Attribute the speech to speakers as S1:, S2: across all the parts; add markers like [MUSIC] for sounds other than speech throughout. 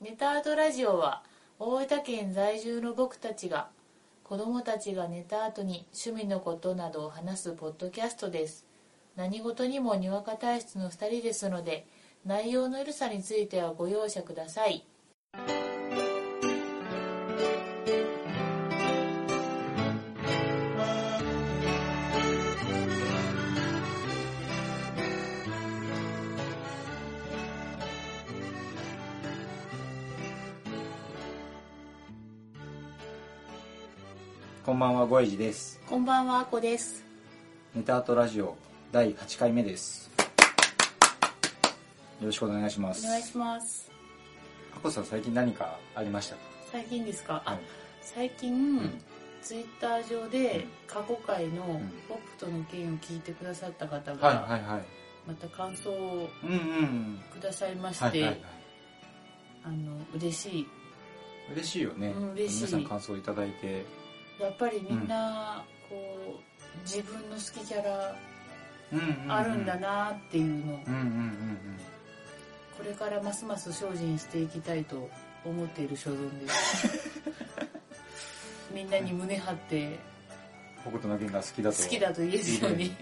S1: ネタアートラジオは大分県在住の僕たちが子どもたちが寝た後に趣味のことなどを話すポッドキャストです何事にもにわか体質の2人ですので内容の緩さについてはご容赦ください
S2: こんばんは、ごえじです。
S1: こんばんはあこです
S2: ネタアートラジオ第8回目です。よろしくお願いします。
S1: お願いします
S2: あこさん、最近何かありましたか
S1: 最近ですかあ、
S2: うん
S1: 最近、
S2: ん
S1: ツイッター上で過去回の
S2: ん
S1: 「北斗の件」を聞いてくださった方
S2: はい
S1: が
S2: はいはい。
S1: また感想を
S2: うんうんうん。
S1: くださいまして、
S2: はいはいはい。
S1: あの嬉しい
S2: 嬉しいよね。
S1: うん嬉しい
S2: 皆さん感想いただいて。
S1: やっぱりみんなこう自分の好きキャラ
S2: うんうん、うん
S1: あるんだ。なっていうのを
S2: うんうんうん
S1: これからますます精進していきたいと思っている所存です
S2: [LAUGHS]
S1: みんなに胸張って
S2: うん。北斗の拳が好きだと。
S1: 好きだと言えるよう [LAUGHS] に
S2: いや、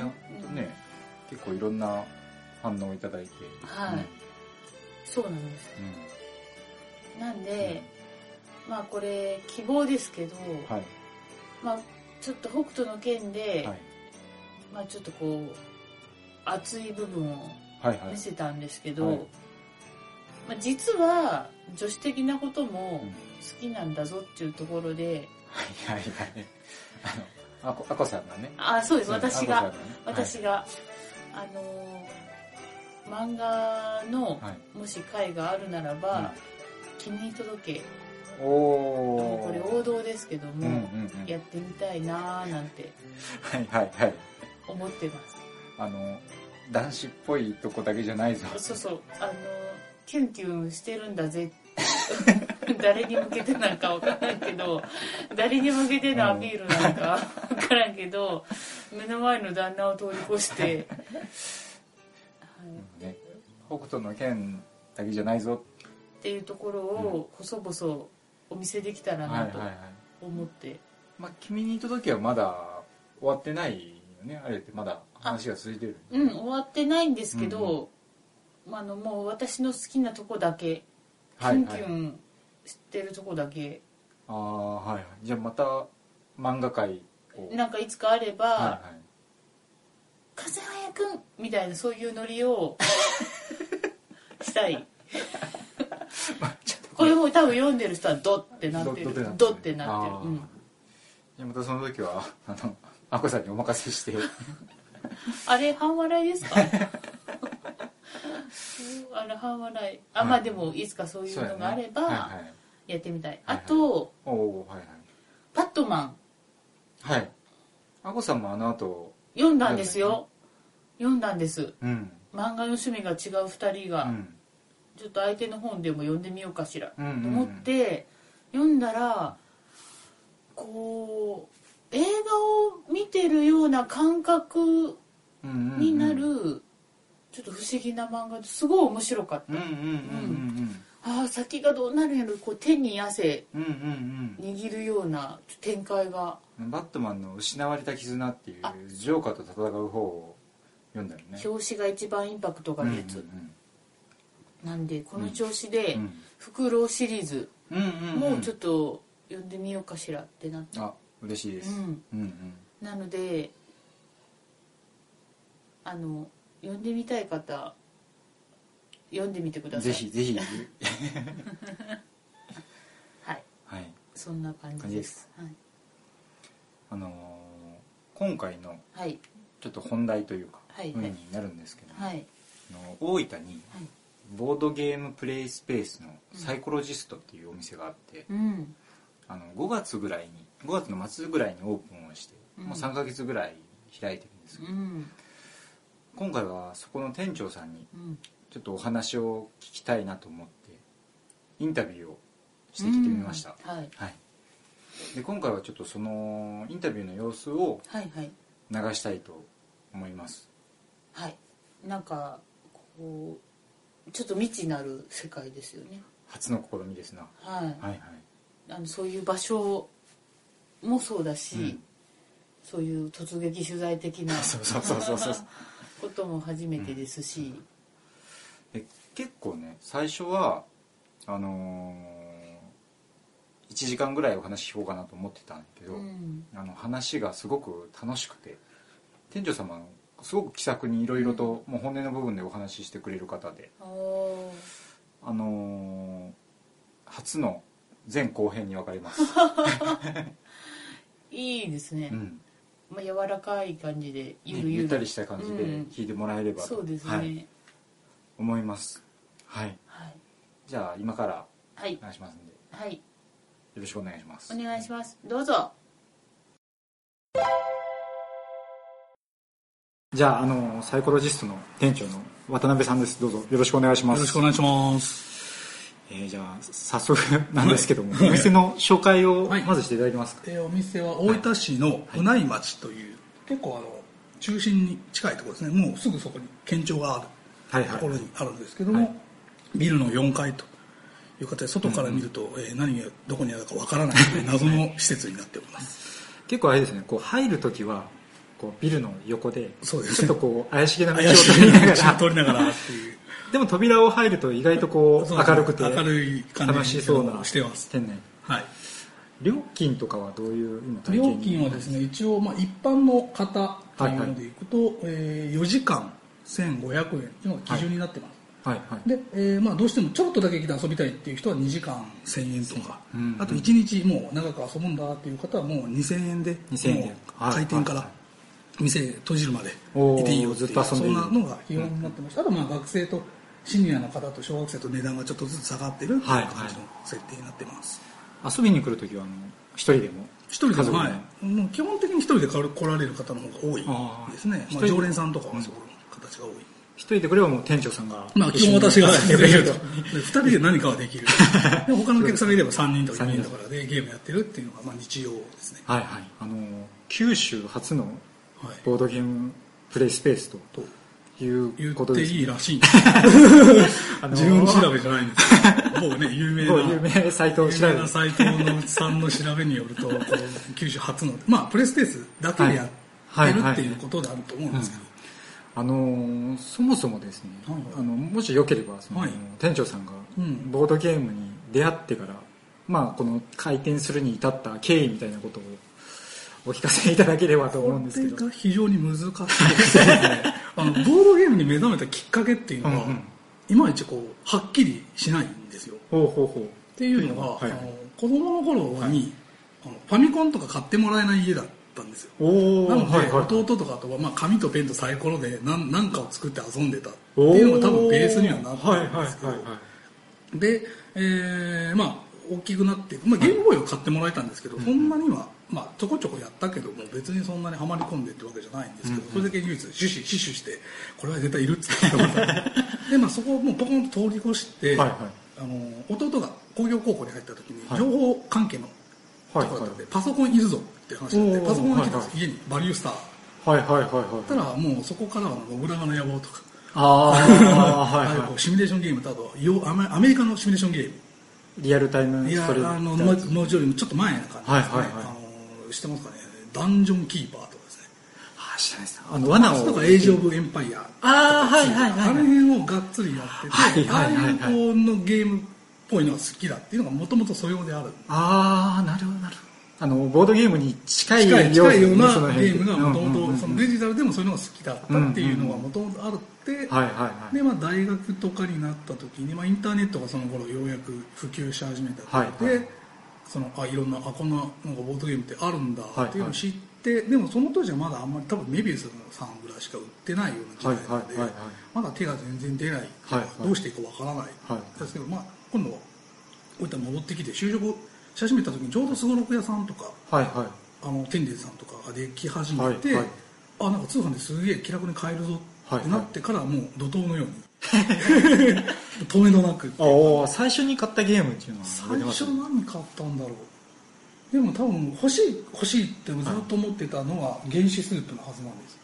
S2: ほんとね、結構いろんな反応をいただいて。
S1: はいそうなんです
S2: うん。
S1: なんで、まあこれ希望ですけど、
S2: うんはい。
S1: まあちょっと北斗の件で、
S2: はい。
S1: まあちょっとこう熱い部分を
S2: はいはい
S1: 見。せたんですけど、
S2: はい
S1: まあ、実は女子的なことも
S2: うん
S1: 好きなんだぞっていうところで、
S2: はいはいはい。あの、あこ、あこさんがね。
S1: あそうです私
S2: あこ
S1: が
S2: さんね
S1: 私が、あのー漫画の、
S2: はい。はい
S1: もし回があるならば「君に届け」
S2: うん
S1: も
S2: お
S1: う
S2: ー
S1: これ王道ですけど
S2: うんうん
S1: も、
S2: うん。
S1: やってみたいなーなんて
S2: はいはいはい。
S1: 思ってます
S2: あの、男子っぽいとこだけじゃないぞ。
S1: そうそう、あの、キュンキュンしてるんだぜ。 [LAUGHS] 誰に向けてなんかわからんけど、誰に向けてのアピールなんかわからんけど、目の前の旦那を通り越して、はい、
S2: ね、北斗の剣だけじゃないぞ。
S1: っていうところを細々お見せできたら
S2: はいは
S1: ないと
S2: はい。
S1: 思って、
S2: まあ、君に届けはまだ終わってないよね。あれってまだ話が続いてる。
S1: うん、終わってないんですけど、まあ、あのもう私の好きなとこだけ、キ
S2: はい
S1: ュンキ
S2: はい
S1: ュ。ンしてるとこだけ、
S2: ああ、はいはい。じゃあまた漫画界を。
S1: なんかいつかあれば、
S2: はいはい。
S1: 風早くんみたいなそういうノリ
S2: [LAUGHS]
S1: をしたいこれも多分読んでる人はドってなってるドってなってる
S2: あーじゃあまたその時は、あの、あこさんにお任せして。
S1: あ,、うん、あれ半笑いです
S2: [LAUGHS]
S1: かうんあれ半笑いあ、まあでもいつかそういうのがあれ
S2: そうやねは
S1: ば
S2: いはい、
S1: やってみたい、
S2: はいはい
S1: あと
S2: おおはい
S1: 「パットマン
S2: はいはいあこさんもあの後」
S1: 読んだんですよ読んだんです
S2: うん
S1: 漫画の趣味が違う2人が、
S2: うん
S1: ちょっと相手の本でも読んでみようかしらと
S2: うんうんうん
S1: 思って読んだらこう映画を見てるような感覚
S2: うんうんうん
S1: になるちょっと不思議な漫画ですごい面白かっ
S2: うんうん
S1: た、ああ先がどうなるんやろこう手に汗
S2: うんうんうんうん
S1: 握るような展開が
S2: うんバットマンの「失われた絆」ってい
S1: あ
S2: うジョーカーと戦う方を読んだよね
S1: 表紙が一番インパクトがあるやつ、なんでこの調子で
S2: うん
S1: 「フクロウ」シリーズ
S2: うんうんうんうん
S1: もうちょっと読んでみようかしらってなって、
S2: あ嬉しいです
S1: うん
S2: うんうん
S1: なのであの読んでみたい方読んでみてください
S2: ぜひぜひ [LAUGHS]
S1: はい
S2: はい
S1: そんな感じです
S2: あのー今回の
S1: はい
S2: ちょっと本題というか
S1: はいはい
S2: になるんですけど
S1: はいはい
S2: あの大分に
S1: はい
S2: ボードゲームプレイスペースのサイコロジストっていうお店があって、
S1: うん
S2: あの5月ぐらいに5月の末ぐらいにオープンをして、
S1: うん
S2: もう3ヶ月ぐらい開いてるんですけ
S1: う
S2: ど、
S1: ん
S2: 今回はそこの店長さんに
S1: うん
S2: ちょっとお話を聞きたいなと思ってインタビューをしてきてみました、
S1: うんはい
S2: はいで今回はちょっとそのインタビューの様子を
S1: はいはい
S2: 流したいと思います
S1: はいなんかこうちょっと未知なる世界ですよね。
S2: 初の試みですな。
S1: はい。
S2: はいはい。
S1: あのそういう場所もそうだし、
S2: うん
S1: そういう突撃取材的な
S2: [LAUGHS] そうそうそうそうそう。
S1: ことも初めてですし、
S2: で結構ね最初はあのー、1時間ぐらいお話ししようかなと思ってたんだけど、
S1: うん
S2: あの話がすごく楽しくて店長様のすごく気さくにいろいろと、もう本音の部分でお話ししてくれる方で、
S1: おー
S2: あのー初の前後編に分か
S1: [LAUGHS]
S2: れます、
S1: いいですね、
S2: うん、
S1: まあ、柔らかい感じでゆる
S2: ね
S1: ゆ
S2: ゆ
S1: る
S2: ったりした感じ
S1: う
S2: で
S1: ん
S2: 聞いてもらえればと、
S1: そうですね
S2: はい、思いますはい
S1: はい
S2: じゃあ今から
S1: はい
S2: お、願いしますんでよ
S1: はい、
S2: ろしくお願いします
S1: お願いしますどうぞ
S2: じゃあ、あの、サイコロジストの店長の渡辺さんです。どうぞよろしくお願いしま
S3: よろしくお願いします。
S2: えーじゃあ、早速なんですけども、お店の紹介を
S3: はい
S2: まずしていただけますか。
S3: えーお店は大分市のうない町という、結構あの、中心に近いところですね。もうすぐそこに県庁があ
S2: はい
S3: る
S2: はい
S3: ところにあるんですけども、
S2: はい
S3: ビルの4階という形で、外から見ると、えー何がどこにあるかわ [LAUGHS] からないという謎の施設になっております。
S2: 結構あれですね、こう入るときは、こうビルの横で、
S3: そうです
S2: ちょっとこう怪しげな道を
S3: [LAUGHS] 怪し
S2: 通
S3: い [LAUGHS]
S2: りなが
S3: 話を
S2: ら、
S3: 取りながらっていう。
S2: でも扉を入ると意外とこう
S3: そうですね
S2: 明るくて、
S3: [LAUGHS] 明るい感じ
S2: 楽しそうな
S3: してます。
S2: 店内。
S3: はい。
S2: 料金とかはどういう今体験
S3: 料金はですね一応まあ一般の方というのでいくと、えー4時間1500円というのが基準になってます、
S2: はいはい。
S3: で、えーまあ、どうしてもちょろっとだけ来て遊びたいっていう人は2時間1000円とか、
S2: うん
S3: あと1日もう長く遊ぶんだっていう方はもう2000円で
S2: 2000円
S3: もう
S2: はい
S3: 開店か
S2: は
S3: ら店閉じるまで
S2: おー
S3: いていいよって
S2: ず
S3: い
S2: っ
S3: う
S2: と遊んでいい
S3: そんなのが基本になってました、あとまあ学生とシニアの方と小学生と値段がちょっとずつ下がってるっていう
S2: はい
S3: 感じの設定になってます、
S2: 遊びに来るときは、あの一人でも。
S3: 一人
S2: 家
S3: で
S2: 族
S3: も、
S2: でも
S3: はい、もう基本的に一人で来られる方の方が
S2: あ
S3: 多
S2: あ
S3: いですね、
S2: 一
S3: ま
S2: 人
S3: あ、常連さんとかはそういう形が多い、
S2: 一人で来ればもう店長さんが。
S3: まあ基本私が
S2: 一緒に
S3: できると [LAUGHS] 二人で何かはでき [LAUGHS] るで他のお客さんがいれば三人とか
S2: 三
S3: 4
S2: 人
S3: 人とかでゲームやってるっていうのがまあ日常ですね、
S2: はいはい、あの九州初の
S3: はい、
S2: ボードゲームプレイスペースと
S3: と
S2: い
S3: 言
S2: う
S3: っ
S2: こと
S3: て
S2: です
S3: い
S2: ね
S3: いらしいんです
S2: あの
S3: [LAUGHS] 自分調べじゃないんです [LAUGHS] よもうね有名
S2: 某
S3: な
S2: 有名サイトを調べ
S3: 有名な斎藤のさんの調べによるとこの九州初のまあプレスペースだけでやってるっていうことであると思うんですけど、
S2: あのそもそもですね、
S3: はいはい
S2: あのもしよければその、
S3: はい
S2: 店長さんが
S3: うん
S2: ボードゲームに出会ってから、まあ、この開店するに至った経緯みたいなことをお聞かせいただければと思うんですけど
S3: これが非常に難しいで
S2: [LAUGHS]
S3: すねあのボードゲームに目覚めたきっかけっていうのは、
S2: うんうん
S3: いまいちこうはっきりしないんですよっ
S2: ほうほうほ
S3: ていうのは、
S2: はい
S3: あの子供の頃に、あのファミコンとか買ってもらえない家だったんですよ
S2: うおお
S3: なので、
S2: はいはい
S3: 弟とかとは、まあ、紙とペンとサイコロで何何かを作って遊んでたっていうのが多分ベースにはなってるんですけど、
S2: はいはいはいはい
S3: で、えーまあ大きくなって、まあ、ゲームボーイを買ってもらえたんですけど、そんなには、まあ、ちょこちょこやったけども別にそんなにはまり込んでってわけじゃないんですけど、それだけ唯一死守死守してこれは絶対いるっつって言ってたで、まあ、そこをもうポコンと通り越して、
S2: はいはい
S3: あの弟が工業高校に入った時に
S2: はい
S3: 情報関係のとこ
S2: はい
S3: ろだったんで、パソコンいるぞって話になっ
S2: お
S3: て
S2: ー
S3: パソコンが来たんです、
S2: はい
S3: 家にバリュースター
S2: はいはいはいはい
S3: たらもうそこからは「小倉の野望」とか。
S2: ああはい
S3: ああいう
S2: は
S3: こうシミュレーションゲームとあとよアメアメリカのシミュレーションゲーム
S2: いリアルタイム
S3: いや
S2: ストリー
S3: あの
S2: ム
S3: もうもうちょいちょっと前な感じですね、
S2: はいはいはい
S3: あの知ってますかねダンジョンキーパーとかですね
S2: あ知らないですあの罠
S3: と
S2: を
S3: かエイジ・オブ・エンパイアとか
S2: あーはいはいはいはい
S3: あの辺をがっつりやってて、
S2: はいはいはいはい
S3: ああいうこのゲームっぽいのが好きだっていうのがもともと素養である
S2: ああなるほどなるほどあのボードゲームに近い
S3: 近い近いような
S2: その
S3: ゲ
S2: 辺
S3: ームがもと
S2: うんうんう
S3: も
S2: ん
S3: とそのデジタルでもそういうのが好きだったっていうのがもともとあるって、
S2: はいはいはい
S3: でまあ、大学とかになった時に、まあ、インターネットがその頃ようやく普及し始めた
S2: はい
S3: で、
S2: はい
S3: そのあいろんなあこんななんかボードゲームってあるんだ
S2: はい
S3: っていうのを知って、でもその当時はまだあんまり多分メビウスさんぐらいしか売ってないような時代なの
S2: はいは
S3: で、
S2: いはいはい
S3: まだ手が全然出ない、
S2: はいはい
S3: どうしていいかわからない、
S2: はい
S3: ですけど、まあ、今度はこういった戻ってきて就職し始めた時にちょうどすごろく屋さんとか
S2: はいはい
S3: あの天竜さんとかができ始めて、
S2: はいはい
S3: あなんか通販ですげえ気楽に買えるぞ
S2: はいはい
S3: ってなってからもう怒涛のように
S2: [LAUGHS]
S3: 止めどなく
S2: あー最初に買ったゲームっていうのは覚え
S3: 最
S2: てます
S3: 初何買ったんだろうでも多分欲しい欲しいってずっと思ってたのは原始スープのはずなんです、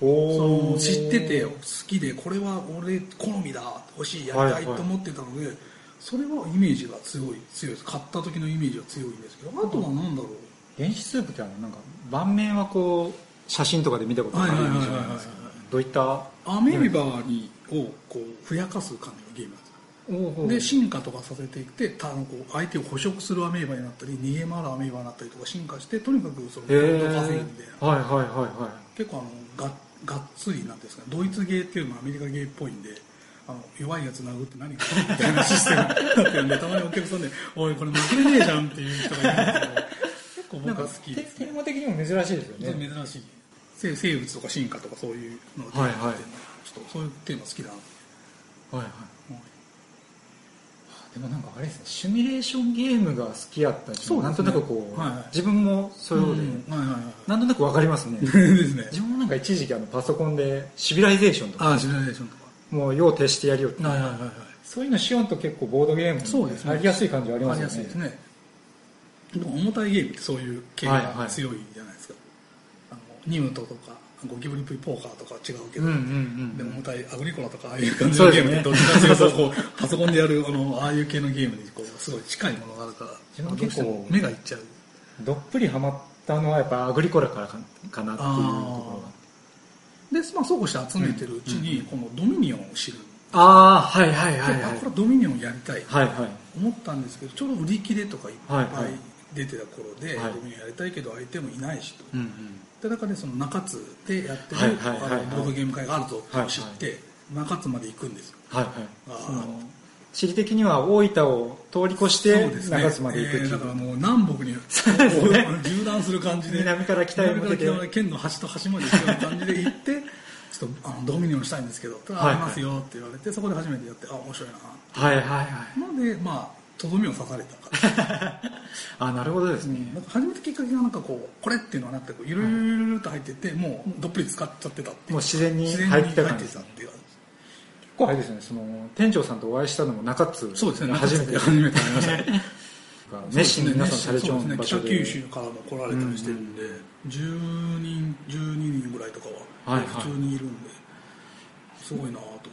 S3: そ
S2: お
S3: の
S2: ー
S3: 知ってて好きでこれは俺好みだ欲しいやりたいと思ってたので、それはイメージが強い強いです買った時のイメージは強いんですけどあとは何だろう、
S2: 電子スープってあのなんか盤面はこう写真とかで見たことがあるイメージなんですけど
S3: はいはいはいはいはい
S2: どういった
S3: アメリバにをこうふやかす感じのゲームなんですで進化とかさせていってたこう相手を捕食するアメーバになったり逃げ回るアメーバになったりとか進化してとにかくそのポイント稼ぎみたいな
S2: はいはいはいは
S3: 結構あのががっつりなんですかねドイツゲーっていうのはアメリカゲーっぽいんであの弱いやつ殴って何かみたいなシステムになってるんでたまにお客さんで「おいこれ負けねえじゃん」っていう人がいるんですけど結構
S2: いなん
S3: 僕
S2: か
S3: は好き
S2: テ
S3: ですね
S2: テーマ的にも珍しいですよね
S3: 珍しい生生物とか進化とかそういうのをテーマにやってるのちょっとそういうテーマ好きだな
S2: はいはいでもなんかあれですねシミュレーションゲームが好きやったし、
S3: そうで
S2: な
S3: すね
S2: んとなくこう、
S3: はいはい
S2: 自分もそういうことで、
S3: うんはいはいはい
S2: なんとなくわかり
S3: [LAUGHS]
S2: ますね
S3: ですね。
S2: 自分もなんか一時期あのパソコンでシビライゼーションとか
S3: ああ、シミュレーションとか。
S2: もう用徹してやるよって
S3: はいはいはいはい。
S2: そういうのしようと結構ボードゲーム
S3: そうですね
S2: 入りやすい感じはあり
S3: あ
S2: ます
S3: り
S2: よ
S3: や
S2: ね
S3: すいですね。でも重たいゲームってそういう系
S2: はいは
S3: が
S2: い
S3: 強いじゃないですか。あのニムトとか、ゴキブリプリポーカーとかは違うけ
S2: うん
S3: ど。
S2: うん
S3: で
S2: う
S3: も
S2: ん
S3: 重たいアグリコラとかああいう感じ
S2: そう
S3: の
S2: で
S3: ゲ
S2: す
S3: ー
S2: ね
S3: ムってどっちかというとこうパソコンでやるあのああいう系のゲームにこうすごい近いものがあるから
S2: 自分は
S3: どうし
S2: 結
S3: て
S2: 構
S3: も目がいっちゃう
S2: どっぷりハマったのはやっぱアグリコラからかかなっていうところが
S3: で、まあ、そうこうして集めてるうちにこのドミニオンを知る
S2: ああはいはい
S3: で
S2: はいは
S3: あ
S2: い
S3: これドミニオンやりたい
S2: はいはい
S3: 思ったんですけどちょうど売り切れとかいっ
S2: は
S3: ぱ
S2: い
S3: い
S2: はい
S3: 出てた頃で、
S2: はい
S3: ドミニオンやりたいけど相手もいないしと、
S2: うんうん
S3: で中でその中津でやってる、
S2: はいはいはいはい
S3: あのボードゲーム会があるぞって知って、
S2: は
S3: 中津まで行くんですよ
S2: はいはい
S3: あ
S2: その地理的には大分を通り越して中津まで行くって
S3: えー
S2: い
S3: だ
S2: う
S3: からもう南北に
S2: ですね
S3: こう縦断する感じで
S2: 南から北へ向けて
S3: 南から北まで県の端と端まで行くような感じで行ってちょっとあのドミニオンしたいんですけど「
S2: はい
S3: ありますよ」って言われてそこで初めてやってあ面白いな
S2: はいはいはい
S3: のでまあとどめを刺されたから
S2: あなるほどですね
S3: なんか始めたきっかけがなんかこうこれっていうのはなくてこういろいろいろいろと入っててもうどっぷり使っちゃってたってい
S2: もう自然に
S3: 自然に
S2: 入
S3: 入
S2: っ
S3: っ
S2: た
S3: ててた
S2: 感
S3: っ
S2: じ
S3: て
S2: で
S3: いう
S2: す
S3: 感
S2: ね
S3: じ
S2: 結構あれですねその店長さんとお会いしたのも中津
S3: そうですね
S2: 初めて
S3: 初めて会い
S2: [LAUGHS]
S3: ましたね
S2: 熱心に皆さんされちゃう
S3: そうですね
S2: 場所で
S3: 北九州からも来られたりしてるんで、10人12人ぐらいとか
S2: は
S3: は
S2: は
S3: い
S2: い
S3: 普通にいるんで、すごいなぁと思って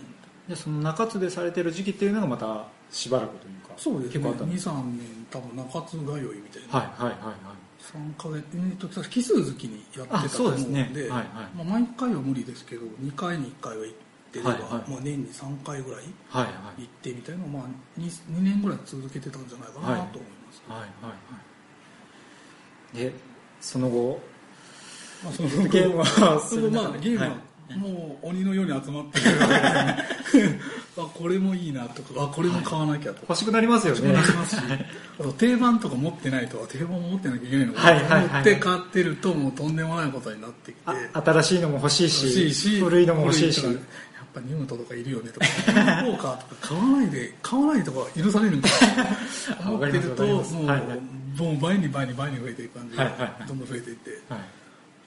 S2: でその中津でされてる時期っていうのがまたしばらくというか
S3: そうです
S2: 結
S3: ね
S2: 構あったんです
S3: 23年多分中津通いみたいな、
S2: はいはいはいはい
S3: 3か月えっと奇数月にやって
S2: あ
S3: たと
S2: そう
S3: 思
S2: で
S3: う
S2: すね
S3: んで
S2: はいはい
S3: まあ、毎回は無理ですけど2回に1回は行ってれば、
S2: はいはい
S3: まあ、年に3回ぐら
S2: は
S3: い
S2: いは
S3: 行ってみたいなのを、まあ、2, 2年ぐらい続けてたんじゃないかなと思います、
S2: いはいはいはいでその後
S3: ま
S2: [LAUGHS]
S3: あ、その
S2: ゲームは
S3: そのまあゲームは
S2: は
S3: もう鬼のように集まってくるわけですね [LAUGHS] あこれもいいなとかあこれも買わなきゃとか、
S2: 欲しくなりますよ
S3: 欲しく
S2: ね
S3: なりますしあと定番とか持ってないとあ定番も持ってなきゃいけないのか、
S2: はいはいはい
S3: 持って買ってるともうとんでもないことになってきて
S2: あ新しいのも欲しいし
S3: 欲しいし
S2: 古いのも欲しいし
S3: 古とかやっぱニムトとかいるよねとかポーカーとか買わないで買わないとか許されるんだ
S2: あ [LAUGHS]
S3: 思
S2: わ
S3: っ
S2: かり
S3: て
S2: ます
S3: ると
S2: わか
S3: も
S2: ります
S3: う、
S2: はいはい
S3: もう倍に倍に倍に増えていく感じ
S2: はいはいは
S3: が
S2: い
S3: どんどん増えていって、
S2: はい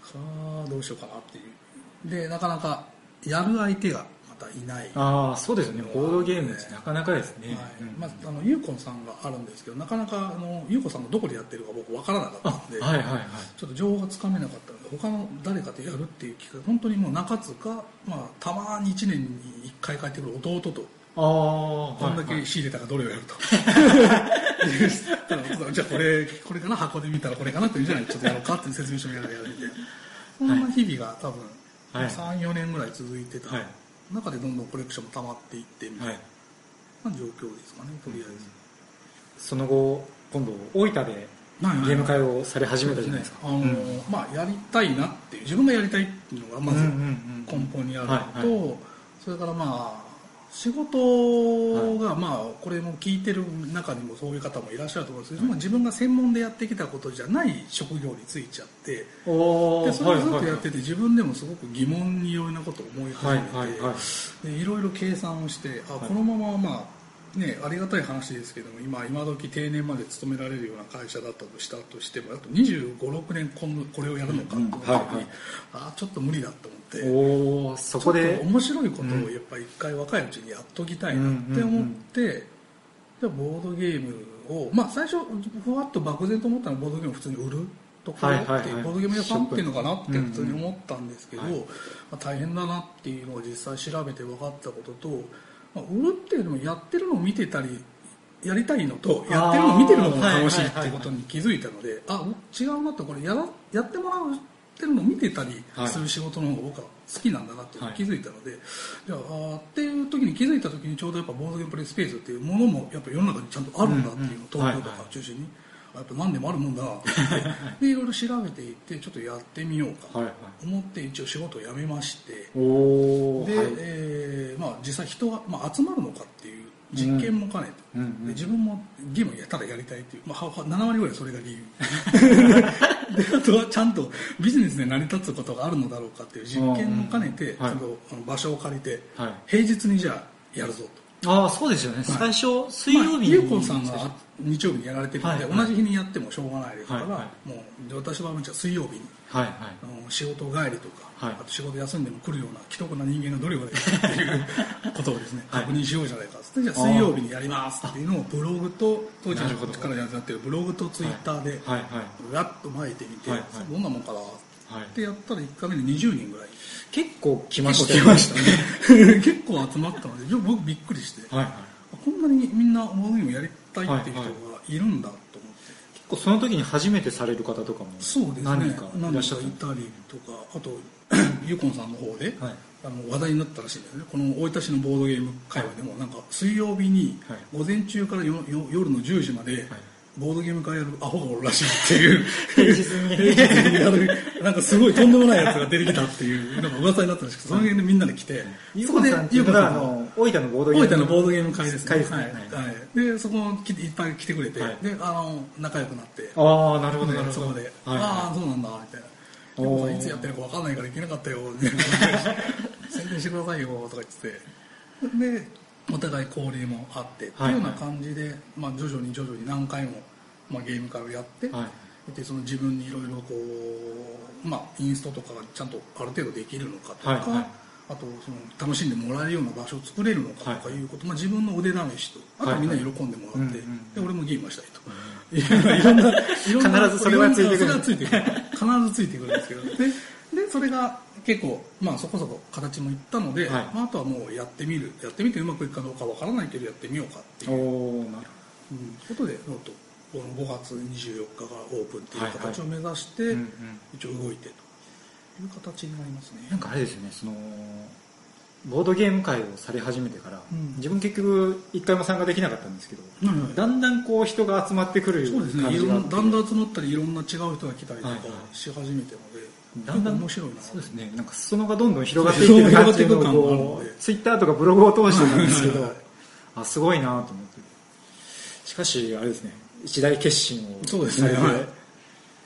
S3: さあどうしようかなっていうでなかなかやる相手がまたいないは
S2: ああそうですねボードゲームってなかなかです
S3: い
S2: ね、うん
S3: まあ、あのゆうこさんがあるんですけどなかなかあのゆうこさんがどこでやってるか僕わからなかったんで、
S2: はいはいはい
S3: ちょっと情報がつかめなかったので他の誰かとやるっていう機会本当にもう中津か、まあ、たまに1年に1回帰ってくる弟と
S2: ああ
S3: こん
S2: は
S3: だ
S2: い
S3: け仕入れたかどれを
S2: [LAUGHS]
S3: やると、じゃあこれこれかな箱で見たらこれかなって言うじゃないちょっとやろうかって説明書見ながらやるみたいなそんな日々が多分、
S2: はい
S3: 34年ぐらい続いてた、
S2: はい
S3: 中でどんどんコレクションも溜まっていってみた
S2: はいい
S3: な状況ですかねとりあえず、
S2: その後今度大分で
S3: はいはい
S2: ゲーム会をされ始めたじゃないですか
S3: あのーまあやりたいなっていう自分がやりたいっていうのがまず、根本にあるのと、
S2: はい
S3: それからまあ仕事が、まあこれも聞いてる中にもそういう方もいらっしゃると思うんですけど、まあ自分が専門でやってきたことじゃない職業についちゃって
S2: お
S3: でそれをずっとや
S2: る
S3: ってて自分でもすごく疑問にいろんなことを思い始
S2: はい
S3: め
S2: はいはい
S3: てでいろいろ計算をしてあこのまままあねありがたい話ですけども今今時定年まで勤められるような会社だったとしたとしてもあと2 5六6年このこれをやるのかって思った
S2: うん
S3: 時に、
S2: はいはい
S3: あちょっと無理だと思って。
S2: おおそこ
S3: ちょっ
S2: で
S3: と面白いことをやっぱり一回若いうちにやっときたいなって思って、でボードゲームをまあ最初ふわっと漠然と思ったのはボードゲームを普通に売るところって、
S2: はいはいはい
S3: ボードゲーム屋さんっていうのかなっ
S2: シ
S3: て
S2: ョップ
S3: 普通に思ったんですけど、
S4: うんうん
S3: まあ、大変だなっていうのを実際調べて分かったことと、まあ、売るっていうのもやってるのを見てたりやりたいのと
S2: あー
S3: やってるのを見てるのも楽しい
S2: は
S3: っ
S2: いはいはいはい
S3: てことに気づいたのであ違うなとこれやらやってもらうってるのを見てたり
S2: はい
S3: する仕事の方が僕は好きなんだなっていうの
S2: は
S3: に
S2: い
S3: 気づいたので、じゃああーっていう時に気づいた時にちょうどやっぱボードゲームプレイスペースっていうものもやっぱ世の中にちゃんとあるんだっていうのと、
S2: うんうん
S3: 東京とかを中心に、あやっぱ何でもあるもんだなってでいろいろ調べていってちょっとやってみようかと
S2: はいはい
S3: 思って一応仕事を辞めまして、
S2: おお
S3: で、
S2: はい
S3: えーまあ、実際人が、まあ、集まるのかっていう実験も兼ねて、
S2: うんうん
S3: で自分もゲームやただやりたいっていう、まあ、はは7割ぐらいそれが理由
S2: [LAUGHS]
S3: であとはちゃんとビジネスで成り立つことがあるのだろうかっていう実験も兼ねて、
S2: うんはい
S3: そのあの場所を借りて、
S2: はい
S3: 平日にじゃあやるぞと。
S2: ああそうですよね最初水曜日
S3: まあ、ゆうこさんがあ日曜日にやられてるので、
S2: はいはい
S3: 同じ日にやってもしょうがないですから、
S2: はいは
S3: もうで私はむちゃ水曜日に
S2: はいはい
S3: あの仕事帰りとか、
S2: はい
S3: あと仕事休んでも来るような既得な人間がどれぐらいいるかっていうことをですね、
S2: はい
S3: 確認しようじゃないかっつってじゃあ水曜日にやりますっていうのをブログと当時
S2: なるほど
S3: からやってるブログとツイッターで
S2: はいはい
S3: わっと巻いてみて、
S2: はいはい
S3: どんなもんかなっ
S2: はい
S3: てやったら1回目で20人ぐらい
S2: 結構来ました
S3: 結構来ましたね [LAUGHS] 結構集まったので僕びっくりして、
S2: はいはい
S3: こんなにみんなモードゲームやりたいっていう人
S2: は
S3: が
S2: いはい
S3: いるんだと思って、
S2: 結構その時に初めてされる方とかも
S3: そうですね
S2: 何人かいらっしゃっ
S3: 何人
S2: た
S3: かいたりとかあと [CLEARS THROAT] ユコンさんの方で、
S2: はい
S3: あの話題になったらしいんですねこの大分市のボードゲーム会話でもなんか水曜日に
S2: はい
S3: 午前中からよよ夜の10時まで、
S2: はい
S3: ボードゲーム会やるアホがおるらしいっていう
S2: 平日
S3: [LAUGHS]
S2: に
S3: 平日にやるなんかすごいとんでもないやつが出てきたっていうのが噂になったらしくてその辺でみんなで来て、
S2: ゆう
S3: そこ
S2: こ
S3: で
S2: さんってい
S3: ゆ
S2: う
S3: うこ
S2: の
S3: さ
S2: があ
S3: んの
S2: の大分のボードゲー
S3: 大
S2: ム
S3: 分のボードゲーム会ですね
S2: 会ですね
S3: はい
S2: は
S3: はい、でそこ来ていっぱい来てくれて、
S2: はい
S3: であの仲良くなって
S2: ああなるほどなる
S3: で
S2: ほ
S3: そ
S2: ど
S3: こで、
S2: はい
S3: あ
S2: は
S3: あそうなんだみたいな
S2: おー
S3: でもさいつやってるか分かんないから行けなかったよみたいな [LAUGHS] 宣伝してくださいよとか言っててでお互い交流もあって、
S2: はい
S3: っていうような感じで、まあ、徐々に徐々に何回も、まあ、ゲーム会をやって、
S2: いはい
S3: でその自分にいろいろこう、まあ、インストとかがちゃんとある程度できるのかとか、
S2: はいはい
S3: あとその楽しんでもらえるような場所を作れるのかとかいうこと、まあ、自分の腕試しとあとはみんなに喜んでもらって、
S2: はいはいうんうんうん
S3: で俺もゲームはしたいと。いろんな、いろんな
S2: 必ずそれはついてくる
S3: それはついてくる。必ずついてくるんです
S2: [LAUGHS]
S3: けど。で、でそれが結構、まあそこそこ形もいったので、
S2: はい
S3: まあ、あとはもうやってみる。やってみてうまくいくかどうかわからないけどやってみようかっていう
S2: おおなる
S3: うんことでノートこの5月24日がオープンっていう
S2: はいは
S3: 形
S2: い
S3: を目指して、
S2: ほどうんうん
S3: 一応動いてという形になりますね
S2: なんかあれですよねそのボードゲーム会をされ始めてから、
S3: うん
S2: 自分結局一回も参加できなかったんですけど、
S3: はいはい
S2: だんだんこう人が集まってくる
S3: そう
S2: 感
S3: で
S2: じ
S3: すねいろ
S2: があっ
S3: ん
S2: て
S3: だんだん集まったりいろんな違う人が来たりとか
S2: はいはい
S3: し始めてるので、
S2: だんだん
S3: 結構面白いな
S2: そうですねなんか裾野がどんどん広がっていってる感じの
S3: 広がっていく感があ
S2: こ
S3: るので
S2: うツイッターとかブログを通してなんですけ
S3: はい
S2: ど
S3: はい
S2: あすごいなと思ってしかしあれですね一大決心を
S3: そうですね
S2: されて
S3: はい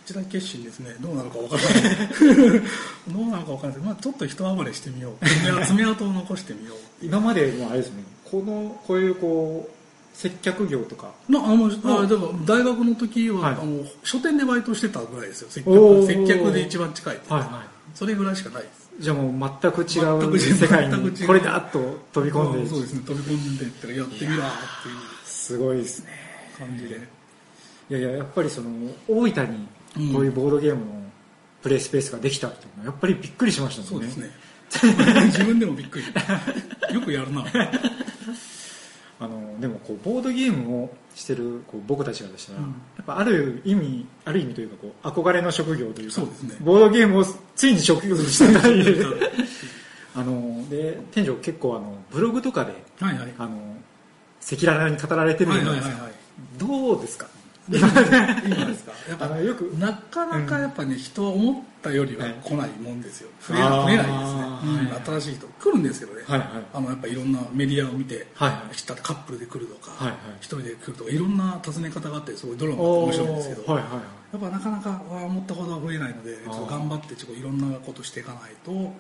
S3: 一大決心ですねどうなるか分からない
S2: [LAUGHS]
S3: どうなるか分からないまあちょっと人暴れしてみよう爪爪痕を残してみよう
S2: 今までもあれですねこのこういうこう接客業とか
S3: なあのあでも大学の時は、
S2: はい
S3: あの書店でバイトしてたぐらいですよ接
S2: お
S3: 客
S2: ー
S3: 接客で一番近いっていうか、
S2: は
S3: それぐらいしかないです
S2: いじゃあもう全く
S3: 全
S2: 違
S3: く
S2: う
S3: 違う
S2: 世界
S3: 全く違
S2: に
S3: う
S2: これだと飛び込んで
S3: そうですね飛び込んでいったらやってみろっていう
S2: すごいですね
S3: 感じで
S2: いやいややっぱりその大分にこういうボードゲームのプレイスペースができたっていうのはやっぱりびっくりしましたもん
S3: そうですね自分でもびっくりよくや
S2: [LAUGHS]
S3: るな
S2: あのでもこうボードゲームをしてるこう僕たちがでしたら、
S3: うん
S2: やっぱある意味ある意味というかこう憧れの職業というか
S3: そうですね
S2: ボードゲームをついに職業としたという
S3: そうですね
S2: あので店長結構あのブログとかで
S3: はいはいは
S2: あの赤裸々に語られて
S3: い
S2: るじ
S3: はい
S2: ゃないで
S3: はい
S2: すか、
S3: はい
S2: どうですか
S3: 今ですかやっ
S2: あ
S3: ぱ
S2: のよく
S3: なかなかやっぱね、人は思ったよりは来ないもんですよ増え
S2: あー
S3: 増えないですね
S2: は、い
S3: うん新しい人来るんですけどね、
S2: はいはい
S3: あのやっぱいろんなメディアを見て、
S2: はいはい
S3: 知ったカップルで来るとか、
S2: はいはい
S3: 一人で来るとかいろんな尋ね方があってすごいドラマが面白いんですけど、
S2: はいはいはい
S3: やっぱなかなかわあ思ったほどは増えないのでちょっと頑張ってちょっといろんなことしていかないとこ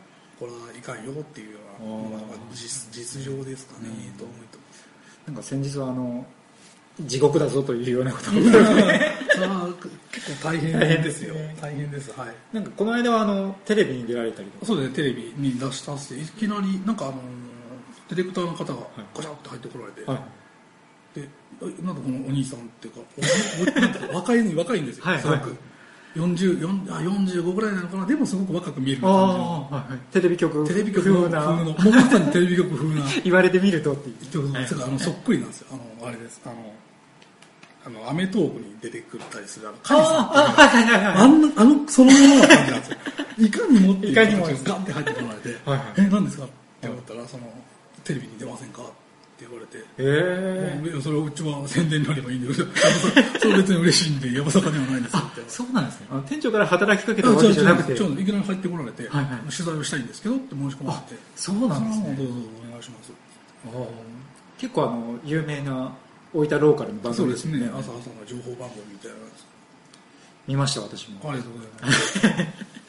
S3: れはいかんよっていうようなのが
S2: あー
S3: まあ実実情ですかね、と思ってます
S2: なんか先日はあの地獄だぞというような
S3: [LAUGHS]
S2: ことを
S3: それは結構大変
S2: 大変
S3: で
S2: ですす
S3: よ
S2: よ
S3: 大変ですはい
S2: なんかこの間はあのテレビに出られたりとか
S3: そうですねテレビに出したっていきなりなんかあのーディレクターの方が
S2: い
S3: ガチャって入ってこられて、
S2: はい
S3: [LAUGHS] でえなんかこのお兄さんっていうかおおなんか若いのに若いんですよ、
S2: はい
S3: すご
S2: は
S3: く
S2: い
S3: 40 4あ45ぐらいなのかなでもすごく若く見える
S2: あ
S3: 感じの
S2: あ、はいはい、テレビ局
S3: テレビ局
S2: 風
S3: 風
S2: な
S3: なもうまさにテレビ
S2: [LAUGHS]
S3: 局風な
S2: 言われてみるとっていう
S3: ってことですがあのそっくりなんですよあのあれですあの「あのアメトーク」に出てくるたりするあのカリさんっていう
S2: あはいはいはい
S3: あんな、あの、そのものの感じなんですよ。いかにもっていう
S2: いかにも
S3: 形でガンって入ってこられて、
S2: はいはい
S3: え、何ですかって言われたら、その、テレビに出ませんかって言われて、
S2: ええ
S3: もうそれはうちは宣伝になればいいんだけど、それ別に嬉しいんで、やばさかではないんですよ、みたいな。
S2: そうなんですねあの店長から働きかけ
S3: い
S2: たわけじゃなくて
S3: ちょっといきなり入ってこられて、
S2: はいはい
S3: 取材をしたいんですけどって申し込ま
S2: あ
S3: れて、
S2: そうなんです
S3: それはもうどう
S2: ね
S3: ぞお願いします。
S2: ああ結構あの有名な大分ローカルの番
S3: そう
S2: 組
S3: ですね、朝朝の情報番組みたいなやつ
S2: 見ました私も、
S3: ありがとうございます。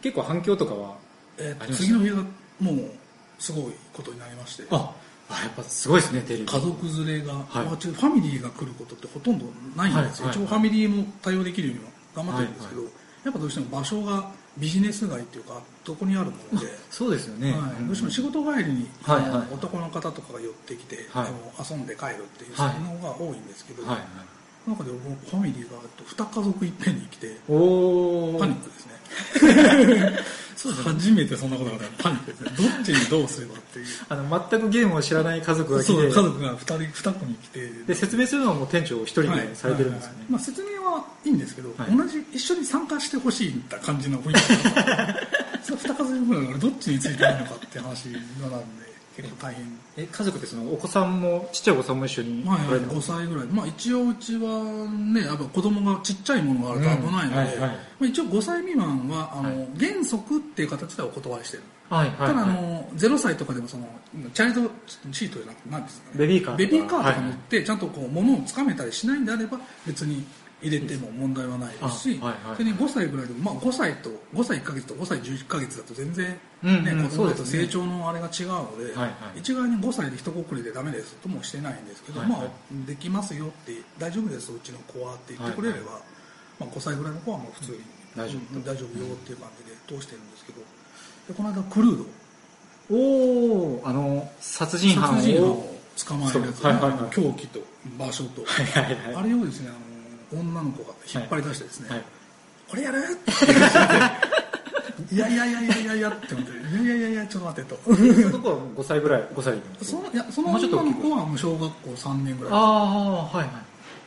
S2: 結構反響とかは
S3: えー
S2: あ
S3: と
S2: りました
S3: 次の日がもう、すごいことになりまして。
S2: ああやっぱすごいですねテレビ
S3: 家族連れが、
S2: はい
S3: まあちょっとファミリーが来ることってほとんどないんですよ、
S2: はいはい
S3: 一応ファミリーも対応できるようには頑張ってるんですけど、やっぱどうしても場所がビジネス街っていうかどこにあるもので、
S2: そうですよね、
S3: はい、どうしても仕事帰りに、
S2: はいはい
S3: あの男の方とかが寄ってきて、
S2: はい
S3: あの遊んで帰るっていう
S2: はい
S3: のが多いんですけど、
S2: はいはい
S3: なんかで僕ファミリーが2家族いっぺんに来て
S2: おお
S3: パニックですね
S2: [LAUGHS]
S3: そうですね初めてそんなことがないパニックですねどっちにどうすればっていう
S2: あの全くゲームを知らない家族が来て
S3: そう家族が2人2組来て
S2: で説明するのはもう店長一人でされてるんですよね、
S3: はいまあ、説明はいいんですけど、
S2: はい
S3: 同じ一緒に参加してほしいみたいな感じの
S2: [LAUGHS]
S3: 雰囲気がそう二数分ぐらいだからどっちについていいのかって話なんで結構大変
S2: え家族ってそのお子さんもちっちゃいお子さんも一緒に
S3: まあ、
S2: 来られた
S3: 5歳ぐらい、まあ、一応うちはねやっぱ子供がちっちゃいものがあると危ないので、
S2: うんはいはい
S3: まあ、一応5歳未満はあの、
S2: はい
S3: 原則っていう形ではお断りしてる
S2: はいはいはい
S3: ただあの、0歳とかでもそのチャイルドシートじゃなくて何ですかね
S2: ベビーカーとか
S3: ベビーカーとか乗ってちゃんとこう物をつかめたりしないんであれば別に入れても問題はないですし、
S2: あはいはい
S3: それに5歳ぐらいでも、まあ、5歳と5歳1ヶ月と5歳11ヶ月だと全然、ね
S2: うんうん
S3: 子
S2: そう
S3: 供
S2: で
S3: だ
S2: す
S3: と
S2: ね
S3: 成長のあれが違うので、
S2: はいはい
S3: 一概に5歳で一括りでダメですともしてないんですけど、
S2: はいはい
S3: まあ、できますよって大丈夫ですうちの子はって言ってくれれば、まあ、5歳ぐらいの子はもう普通に、
S2: 大丈夫
S3: うん大丈夫よっていう感じで通してるんですけどでこの間クルード
S2: おおあの殺人犯を
S3: 殺人犯を捕まえるやつ、
S2: そうはいはいはい
S3: 凶器と場所と、
S2: はいはい
S3: あれをですねあの女の子が引っ張り出してですね、
S2: はい
S3: これやる
S2: [LAUGHS]
S3: って言っていやいやいやいやいやいやって思っていやいやいやいやちょっと待てと
S2: その子は5歳ぐらい5歳
S3: そのいやその
S2: もうちょっと大
S3: 女
S2: き
S3: の
S2: い
S3: 子はもう小学校3年ぐらい
S2: ああはいはい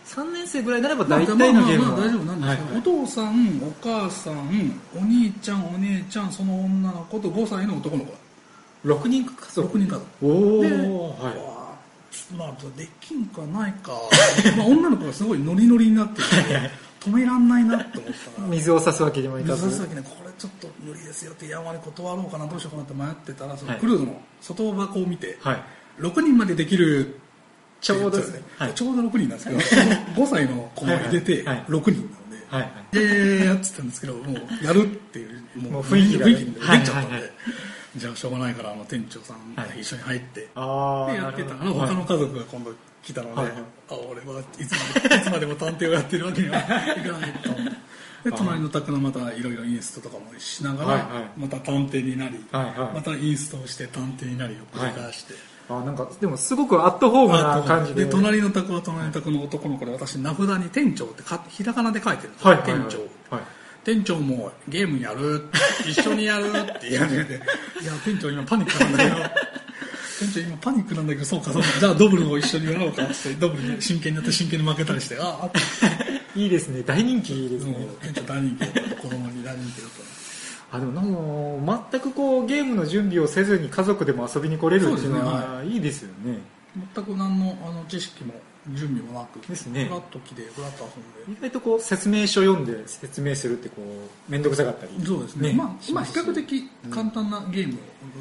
S2: 3年生ぐらいになれば
S3: まあ
S2: 大体のゲーム
S3: まあまあまあ大丈夫なんですけど、
S2: はいはい
S3: お父さんお母さんお兄ちゃんお姉ちゃんその女の子と5歳の男の子
S2: 6人家族
S3: 6人家族
S2: お
S3: で
S2: おはい
S3: わあまあできんかないかまあ女の子がすごいノリノリになってきて止めらんないなと思っ
S2: [LAUGHS]
S3: たら
S2: 水を差すわけにもいかず
S3: 水崎ねこれちょっと無理ですよってやんわり断ろうかなどうしようかなって迷ってたらその
S2: はい
S3: クルードの外箱を見て、
S2: はい
S3: 6人までできる
S2: ちょうどですねはい
S3: ちょうど6人なんですけど
S2: [LAUGHS]
S3: 5歳の子も入れて
S2: はいはい
S3: 6人なので、
S2: はいはい
S3: いやいやいやっつったんですけど、もうやるっていう、
S2: もう雰囲気がね
S3: が出ちゃったんで、
S2: はいはいはい
S3: じゃあしょうがないから、あの店長さん
S2: はい
S3: 一緒に入って、
S2: あー
S3: でやってた
S2: なる
S3: の、
S2: ほど
S3: 他の家族が今度来たので、
S2: はいはい
S3: あ、俺はいつまでいつまでも探偵をやってるわけにはいかないと。で、隣の宅のまたいろいろインストとかもしながら、
S2: はいはい
S3: また探偵になり、
S2: はいはい
S3: またインストをして探偵になりを繰り返して、
S2: あなんかでもすごくアットホームな感じで
S3: で隣の宅は隣の宅の男の子で私名札に店長ってかひらがなで書いてるんですよ、
S2: はいはいはい
S3: 店長
S2: はい
S3: 店長もゲームやる一緒にやるって言い始めて
S2: [LAUGHS]
S3: いや店長今パニックなんだけど店長今パニックなんだけどそうかそうかじゃあドブルを一緒にやろうかってドブルに真剣になって真剣に負けたりしてああって
S2: いいですね大人気です
S3: もう
S2: ね
S3: 店長大人気だった子供に大人気だっ
S2: あでもなんか全くこうゲームの準備をせずに家族でも遊びに来れるっていうの
S3: そうですね
S2: はいいですよね
S3: た全く何のあの知識も準備もなく
S2: ですね
S3: フラッと来てフラッと遊ん
S2: 意
S3: で
S2: 外とこう説明書読んで説明するってこう面倒くさかったり
S3: そうですねまあ
S2: し
S3: 今
S2: ま
S3: 比
S2: すし
S3: 較的簡単なゲーム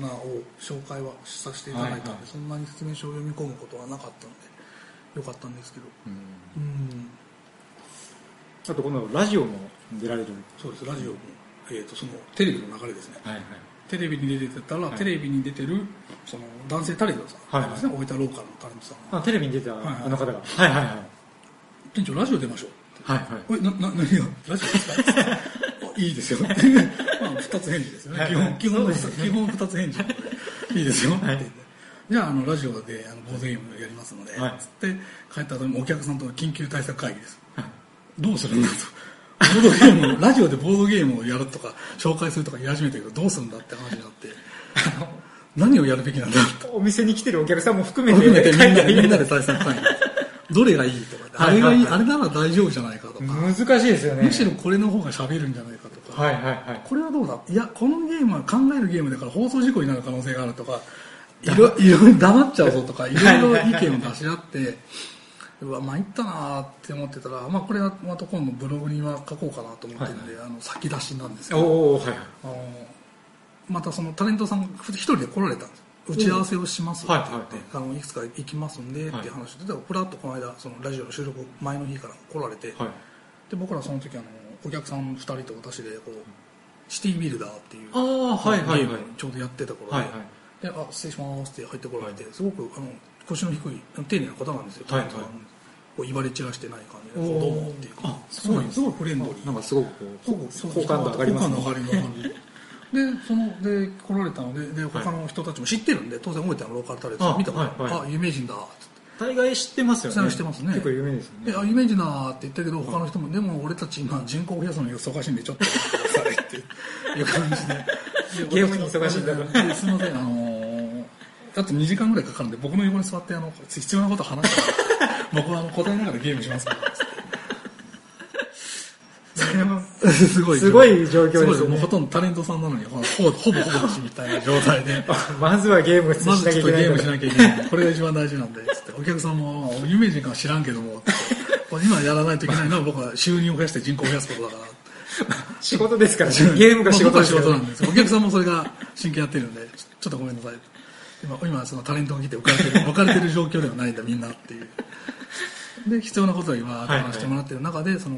S3: を紹介はさせていただいたんで、
S2: はいはい
S3: そんなに説明書を読み込むことはなかったのでよかったんですけど
S2: うん
S3: うん
S2: あとこのラジオも出られる
S3: そうです、ラジオも、えー、とそのテレビの流れですね、
S2: はいはい
S3: テレビに出てたら、
S2: い
S3: テレビに出てるその男性タレントさん、
S2: はいはい
S3: ですね、大分ローカルのタレントさんが、
S2: あテレビに出た
S3: はいはい
S2: あの方がはいはいはい
S3: 店長、ラジオ出ましょうって、
S2: はいはい
S3: えなな何が、ラジオですか [LAUGHS] あいいですよ、 [LAUGHS] まあ、2つ返事ですよね、
S2: はい
S3: 基
S2: はい
S3: 本、基
S2: そう
S3: 本、
S2: です
S3: 基本2つ返事 [LAUGHS] なので、いいですよって
S2: はい
S3: 言って。じゃあ、あの、ラジオで、あの、ボードゲームやりますので、
S2: はい
S3: つって、帰った後にお客さんとの緊急対策会議です。どうするんだと。ボードゲームをラジオでボードゲームをやるとか紹介するとか言い始めたけどどうするんだって話にな [LAUGHS] って何をやるべきなんだって
S2: お店に来てるお客さんも含
S3: [LAUGHS]
S2: めて
S3: 含めてみんなでみんな
S2: で
S3: で対策会議どれがいいとかあれがいいあれなら大丈夫じゃないかとか
S2: 難しいですよね
S3: むしろこれの方が喋るんじゃないかとか、
S2: はいはいはい
S3: これはどうだいやこのゲームは考えるゲームだから放送事故になる可能性があるとかいろ [LAUGHS] いろ黙っちゃうぞとかいろいろ意見を出し合ってうわ参ったなーって思ってたら、まあ、これはまた今度ブログには書こうかなと思ってるんで、あの先出しなんですけど
S2: おおはいはい
S3: あのまたそのタレントさんがふ一人で来られたんです打ち合わせをしますって言って、
S2: はいいはい
S3: あのいくつか行きますんでっていう話で、でプラッとこの間そのラジオの収録前の日から来られて、
S2: はい
S3: で僕らその時あのお客さん2人と私でこうシティビルダーっていう
S2: ああはいはいはい
S3: ゲームをちょうどやってた頃で,、
S2: はいはい
S3: であ失礼しますって入ってこられて、すごくあの腰の低い丁寧な方なんですよ、
S2: はいはい
S3: タレントさんこう威張り散らしてない感じで
S2: おー
S3: どうもっていう
S2: あ
S3: すごいすごいフレンドリー
S2: なんかすごくこ
S3: そうそう
S2: 好感度上がりますね
S3: 好感度上
S2: [LAUGHS]
S3: がりますでそので来られたのでで他の人たちも知ってるんで、当然大分のローカルタレント
S2: あ
S3: 見たから、
S2: はいはい
S3: あ有名人だっ
S2: う大概知ってますよね
S3: 大概知ってますね
S2: 結構有名です
S3: つって、で
S2: よ
S3: あ
S2: ね
S3: 有名人だって言ったけど他の人も、でも俺たち今人口増やすのに忙しいんでちょっと待ってくださいっていう感じでで
S2: ゲームに忙しいんだから
S3: でですいませんあのーあと2時間ぐらいかかるんで僕の横に座ってあの必要なこと話してもらって僕はあの答えながらゲームしますからつって
S2: それは
S3: すごい
S2: すごい状況ですよね
S3: すごいもうほとんどタレントさんなのにほほほぼほぼ私みたいな状態で
S2: まずはゲームし
S3: まず
S2: なきゃ
S3: ちょ
S2: い
S3: っと
S2: け
S3: ゲ
S2: ない
S3: ー
S2: から
S3: ムしなきゃいけないこれが一番大事なんでつってお客さんも「有名人かは知らんけども」つってこれ今やらないといけないのは僕は収入を増やして人口を増やすことだから
S2: 仕事ですからゲームが仕事
S3: まあ僕は
S2: です
S3: 仕
S2: から
S3: 事なんですお客さんもそれが真剣やってるんでちょちょっとごめんなさい今今そのタレントが来て浮かれてる浮かれてる状況ではないんだみんなっていうで必要なことを今話してもらってる中で、その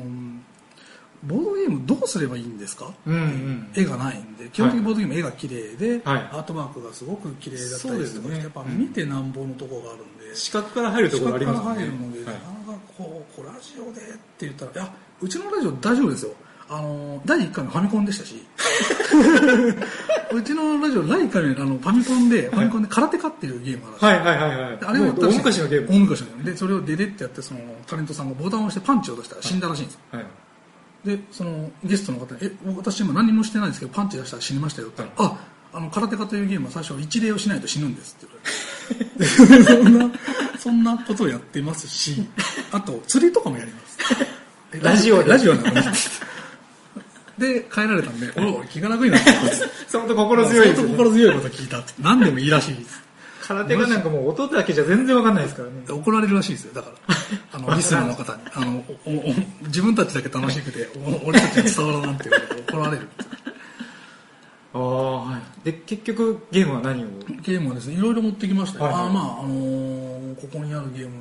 S3: ボードゲームどうすればいいんですか
S2: うんうん
S3: 絵がないんで基本的にボードゲーム絵が綺麗で、
S2: はい
S3: アートマークがすごく綺麗だった
S2: そう
S3: り
S2: ですす
S3: る
S2: ね
S3: とかして、やっぱ見てなんぼのとこがあるんで、
S2: 資格から入るところあります
S3: 近くから入
S2: ね
S3: るので、
S2: はい
S3: なかなかこうこうラジオでって言ったらいやうちのラジオ大丈夫ですよあの第1回のファミコンでし
S2: [LAUGHS]
S3: たしうちのラジオ第1回のあのファミコンでファミコンで空手家っていうゲームがあるんですよ
S2: はいはいはいはい
S3: あれをやったら
S2: 大
S3: しいんで
S2: 昔
S3: す
S2: のゲーム
S3: 大昔のゲームでそれをデデってやってそのタレントさんがボタンを押してパンチを出したら死んだらしいんですよ、
S2: はい
S3: でそのゲストの方に「え私今何もしてないんですけどパンチ出したら死にましたよ」って言ったら「ああの空手家というゲームは最初は一礼をしないと死ぬんです」って言われて [LAUGHS] そんなそんなことをやってますしあと釣りとかもやりますえ
S2: ラジオで
S3: ラジオなのにで帰られたんで「おお気が楽になった」
S2: 相当心強いですよね
S3: 心強いこと聞いたって何でもいいらしいです
S2: 空手がなんかもう音だけじゃ全然わかんないですからね
S3: 怒られるらしいですよだからあ
S2: [LAUGHS]
S3: のリスナーの方にあのおおお自分たちだけ楽しくてお俺たちに伝わらんっていうことで怒られる
S2: ああはいで結局ゲームは何を
S3: ゲームはですねいろいろ持ってきましたよ、
S2: はいはい
S3: あまああのーここにあるゲーム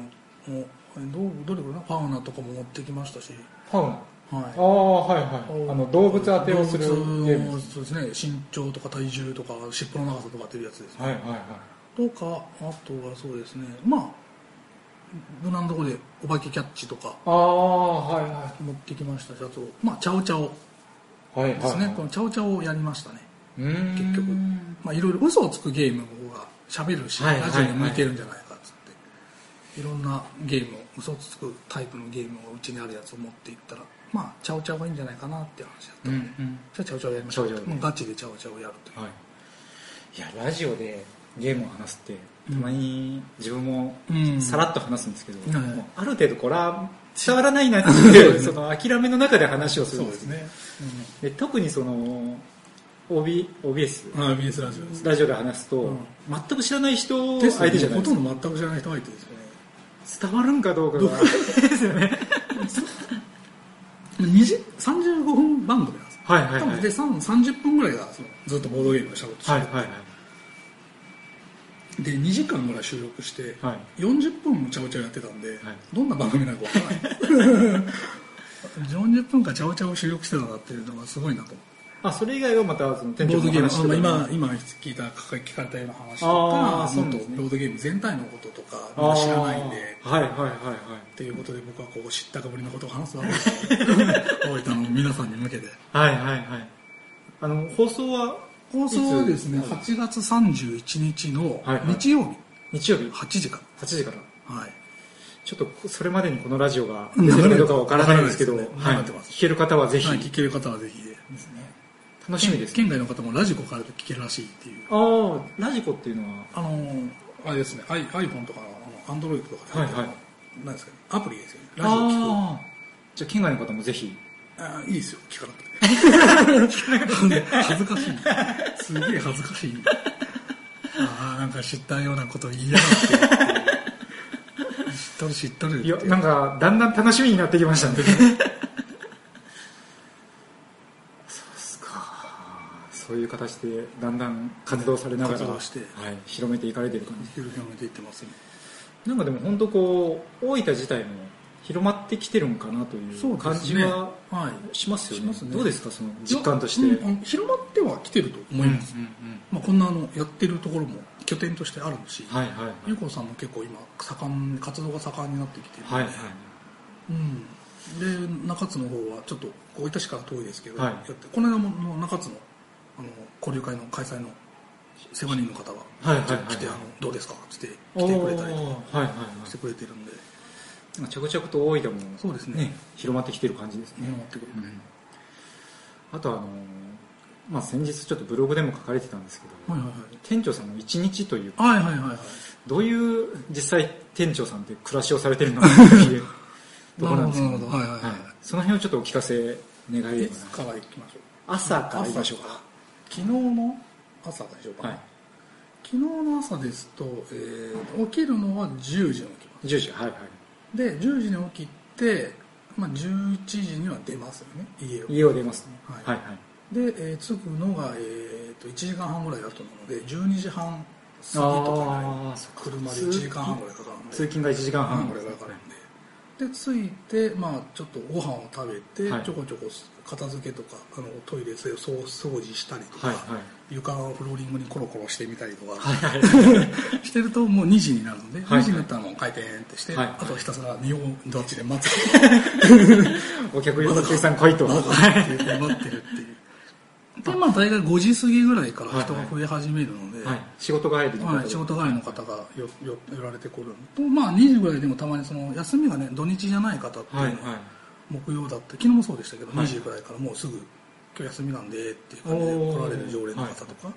S3: もえどうどれくらいなファウナとかも持ってきましたし、
S2: ファウナあ
S3: は
S2: あはいはい
S3: い、
S2: あの動物当てをするゲ
S3: 動物
S2: ームです
S3: そうですね身長とか体重とか尻尾の長さとかっていうやつですね、
S2: はいはいはい
S3: とかあとはそうですねまあ無難なとこでお化けキャッチとか
S2: ああはいは
S3: 持ってきましたしあとまあチャオチャオ
S2: いはいはい
S3: ですね、このチャオチャオをやりましたね
S2: うーん
S3: 結局まあ、いろいろ嘘をつくゲームの方が喋るし、
S2: はいはい
S3: ラジオに向いてるんじゃないかっつっていろんなゲームを嘘をつくタイプのゲームをうちにあるやつを持っていったらまあチャオチャオがいいんじゃないかなっていう話だった
S2: うん
S3: で、
S2: ん
S3: じゃあチャオチャオやりましょう
S2: チャオチャオ
S3: もうガチでチャオチャオやるという、
S2: はいいやラジオでゲームを話すってたまに自分も
S3: うん
S2: さらっと話すんですけど、
S3: うん
S2: もうある程度これは伝わらないなっていううんその諦めの中で話をするんですね
S3: ね、
S2: で特にその OB OBS
S3: うん、RBS ラジオです
S2: ラジオで話すと、
S3: うん
S2: 全く知らない人
S3: ですよ
S2: 相
S3: ね
S2: 手じゃない
S3: ほ
S2: で
S3: と
S2: すか
S3: んど全く知らない人相手ですよね
S2: 伝わるんかどうか
S3: [LAUGHS]
S2: がですよね
S3: 2時35分番組なんですよ
S2: はいは
S3: 多
S2: いはい
S3: 分でさん30分ぐらいがそのずっとボードゲームをしゃべって、
S2: はいはい
S3: で2時間ぐらい収録して、
S2: はい
S3: 40分もチャオチャオやってたんで、
S2: はい
S3: どんな番組なのかわからない40分間チャオチャオ収録してたなっていうのがすごいなと思って
S2: あそれ以外はまたその
S3: ボ
S2: 店長
S3: ード
S2: の
S3: ゲーム
S2: 話とか
S3: あまあ今今聞いた聞かれたような話と
S2: あー
S3: か
S2: そう
S3: もっ
S2: なん
S3: と
S2: ですね
S3: ボードゲーム全体のこととかみん
S2: あ
S3: な
S2: ー
S3: 知らないんで
S2: はいはいはいはい
S3: っていうことで僕はこう知ったかぶりのことを話すわけですよ
S2: [LAUGHS]
S3: 大分の皆さんに向けて
S2: はいはいはいあの放送は
S3: 放送はですね
S2: いつ
S3: 8月31日の
S2: はいはい
S3: 日曜日
S2: 日曜日
S3: 8時か
S2: 8時から
S3: らはい
S2: ちょっとそれまでにこのラジオが出てくるのかわからないんですけど、
S3: 流れてます
S2: は
S3: ね
S2: い、
S3: 流れてます
S2: 聞ける方はぜひ、
S3: はい、聞ける方はぜひですね。
S2: 楽しみです、ね。
S3: 県外の方もラジコから聞けるらしいっていう。
S2: ああ、ラジコっていうのは、
S3: あのーあれですね、アイ iPhone とか、あの、Android とかで、
S2: はいはい
S3: なんですかね、アプリですよね。ラジオ聞く。
S2: あーじゃあ県外の方もぜひ、
S3: あいいですよ、聞かなくて。恥ずかしい。すげえ恥ずかしい。ああ、なんか知ったようなこと言いやがって。知っとる知っとる。
S2: いや、なんか、だんだん楽しみになってきましたね。そうっすか。そういう形で、だんだん活動されながら、
S3: 活動
S2: は
S3: して
S2: い、広めていかれてる感じ。
S3: ゆる広めていってますね。
S2: なんかでも本当こう、大分自体も広まってきてるんかなという感じは
S3: はい。
S2: しますよ
S3: し
S2: ね。
S3: ますね
S2: どうですか、その実感として。
S3: うんあの広まっては来てると思います。まあ、こんなあのやってるところも拠点としてあるし、
S2: はいはいはい。
S3: ゆうこさんも結構今盛ん活動が盛んになってきてるので、
S2: はいはい。
S3: うん、で中津の方はちょっと大分市から遠いですけど、
S2: はい
S3: やってこの間も中津のあの交流会の開催の世話人の方が
S2: はいはいはいはい
S3: 来て、あのどうですかって来てくれたりと
S2: おーはいはいは
S3: かしてくれてるんで
S2: い。なんか着々と大分も、
S3: そうですね
S2: ね、広まってきてる感じですね。
S3: 見守ってくれて、
S2: あとあのーまあ、先日ちょっとブログでも書かれてたんですけど、
S3: はいはい
S2: 店長さんの一日というか
S3: はいはいはいはいはい
S2: どういう実際店長さんって暮らしをされてるのかって
S3: [LAUGHS]
S2: いうところなんですけ
S3: な
S2: ど
S3: るほどなるほどはいはいはい
S2: その辺をちょっとお聞かせ願え
S3: い
S2: れば
S3: つから行きましょう
S2: 朝から行き
S3: 朝
S2: ま
S3: で
S2: し
S3: し
S2: ょ
S3: ょ
S2: う
S3: う
S2: か
S3: か昨日の朝でしょうか、
S2: はい
S3: 昨日の朝ですと、えー起きるのは10時に起きま
S2: 10時はいはい
S3: すで10時に起きて、まあ、11時には出ますよね家を
S2: 家を出ますね
S3: はい
S2: はいはい
S3: で、えー着くのが、えー、と1時間半ぐらいだと思うので12時半過ぎと
S2: ああそっか
S3: かに車で1時間半ぐらいかかるんで
S2: 通勤が1時間半
S3: 半ぐらいかかるんでで着いて、まあ、ちょっとご飯を食べて、
S2: はい
S3: ちょこちょこ片付けとかあのトイレ掃掃除したりとか、
S2: はいはい
S3: 床をフローリングにコロコロしてみたりとか、
S2: はい
S3: [LAUGHS] してるともう2時になるので、
S2: はい
S3: 2時になったらもう回転ってして、
S2: はい
S3: あとはひたすら日本どっちで待つ
S2: [LAUGHS] お客お客さん来い
S3: [LAUGHS]
S2: と
S3: まだかっていう待ってるっていうでまあ大体5時過ぎぐらいから人が増え始めるので、
S2: はい仕事帰りの
S3: まあ
S2: 方で
S3: 仕事帰りの方がよよ寄られてくるのとまあ2時ぐらいでもたまにその休みがね土日じゃない方っていうの
S2: はい
S3: は
S2: はい
S3: 木曜だった昨日もそうでしたけど、
S2: はい
S3: 2時ぐらいからもうすぐ今日休みなんでっていう感じで
S2: おー
S3: 来られる常連の方とか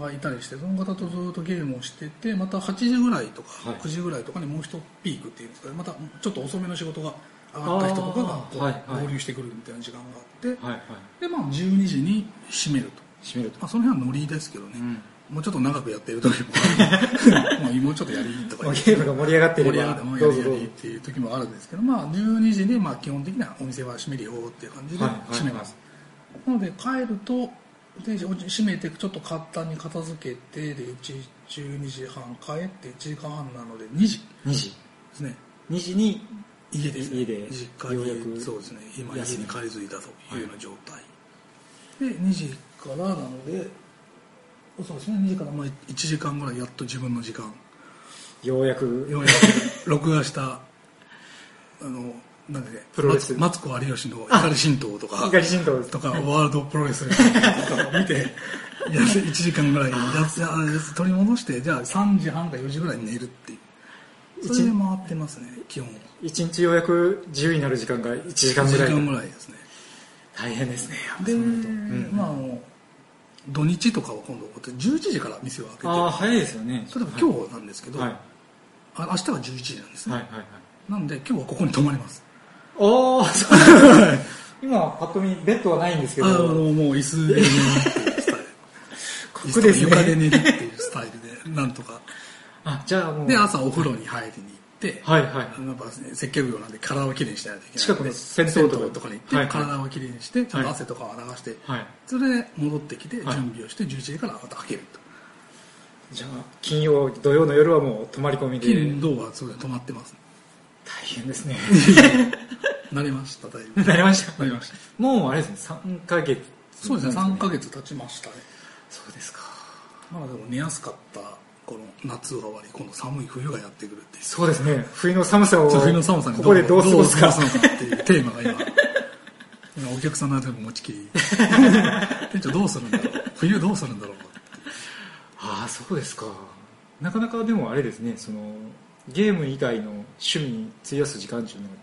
S3: がいたりしてその方とずっとゲームをしててまた8時ぐらいとか
S2: はい
S3: 9時ぐらいとかにもう一ピークっていうんですかねまたちょっと遅めの仕事が上がった人とかが
S2: あーはい
S3: こ
S2: は
S3: う
S2: い
S3: 合流してくるみたいな時間があって、
S2: はいはい
S3: でまあ12時に閉めると、
S2: 閉めると
S3: まあ、その辺はノリですけどね、
S2: ん
S3: もうちょっと長くやってる時も
S2: [LAUGHS]
S3: あるまあもうちょっとやりとか
S2: まあ
S3: 言っ
S2: ゲ
S3: て
S2: ームが盛り上がって
S3: 盛
S2: いれ
S3: り上が
S2: ば
S3: ってもう
S2: ど
S3: や
S2: うぞ
S3: りや
S2: どうぞ
S3: りっていう時もあるんですけど、まあ、12時にまあ基本的にはお店は閉めるよっていう感じで
S2: はいはいはい
S3: 閉めます、なので帰るとで閉めてちょっと簡単に片付けてで1 12時半帰って1時間半なので2時で
S2: 2時
S3: すね
S2: 2時に
S3: 家です、ね、
S2: 家で
S3: 実家に
S2: ようやく
S3: そうですね今家
S2: 休み
S3: に帰りづいたというような状態、で2時からなのでそうですね2時からまあ1時間ぐらいやっと自分の時間
S2: ようやく
S3: ようやく録画したあのなんだっけ
S2: プロレス
S3: マツマツコ有吉の光神道とか
S2: 光神道です
S3: とかワールドプロレスとか
S2: [LAUGHS]
S3: を見てやつ1時間ぐらいやつやつ取り戻してじゃあ3時半か4時ぐらいに寝るっていうそれで回ってますね基本
S2: 一日ようやく自由になる時間が1時間
S3: 1
S2: ぐ
S3: 時
S2: らい
S3: 間ぐらいですね
S2: 大変ですね
S3: で、まああの土日とかは今度11時から店を開けて
S2: ああ早いですよね
S3: 例えば今日なんですけど、
S2: はい
S3: あ明日は11時なんですね、
S2: はいはいはい
S3: なんで今日はここに泊まります
S2: おーそう今パッと見ベッドはないんですけ
S3: あの
S2: ど
S3: もう椅子で寝るっていうスタイル
S2: ここですね
S3: 椅子と床で寝るっていうスタイルでなんとか
S2: あじゃあもう
S3: で朝お風呂に入りに行って、
S2: はいはい
S3: やっぱ接客業なんで体をきれいにしないといけないんで
S2: 近くの銭湯とか
S3: 銭湯とかに行って、
S2: はいはい
S3: 体をきれいにしてちゃんと汗とかを流して、
S2: はい
S3: それで戻ってきて準
S2: はい
S3: 備をして11時からまた開けると
S2: じゃあ金曜土曜の夜はもう泊まり込みで
S3: 金土はそれで止まってます、
S2: 大変ですね [LAUGHS]
S3: 慣れましただいぶ
S2: なりました
S3: なりました
S2: もうあれですね3ヶ月
S3: そうですね3ヶ月経ちましたね
S2: そうですか
S3: まあでも寝やすかったこの夏が終わり今度寒い冬がやってくるっていう
S2: そうですね冬の寒さを
S3: そう冬の寒さに
S2: ここでどう過ごすか
S3: どう過のかっていうテーマが今今お客さんの間でも持ちき [LAUGHS] り店長どうするんだろう冬どうするんだろう
S2: ああそうですかなかなかでもあれですねそのゲーム以外の趣味に費やす時間っていうのが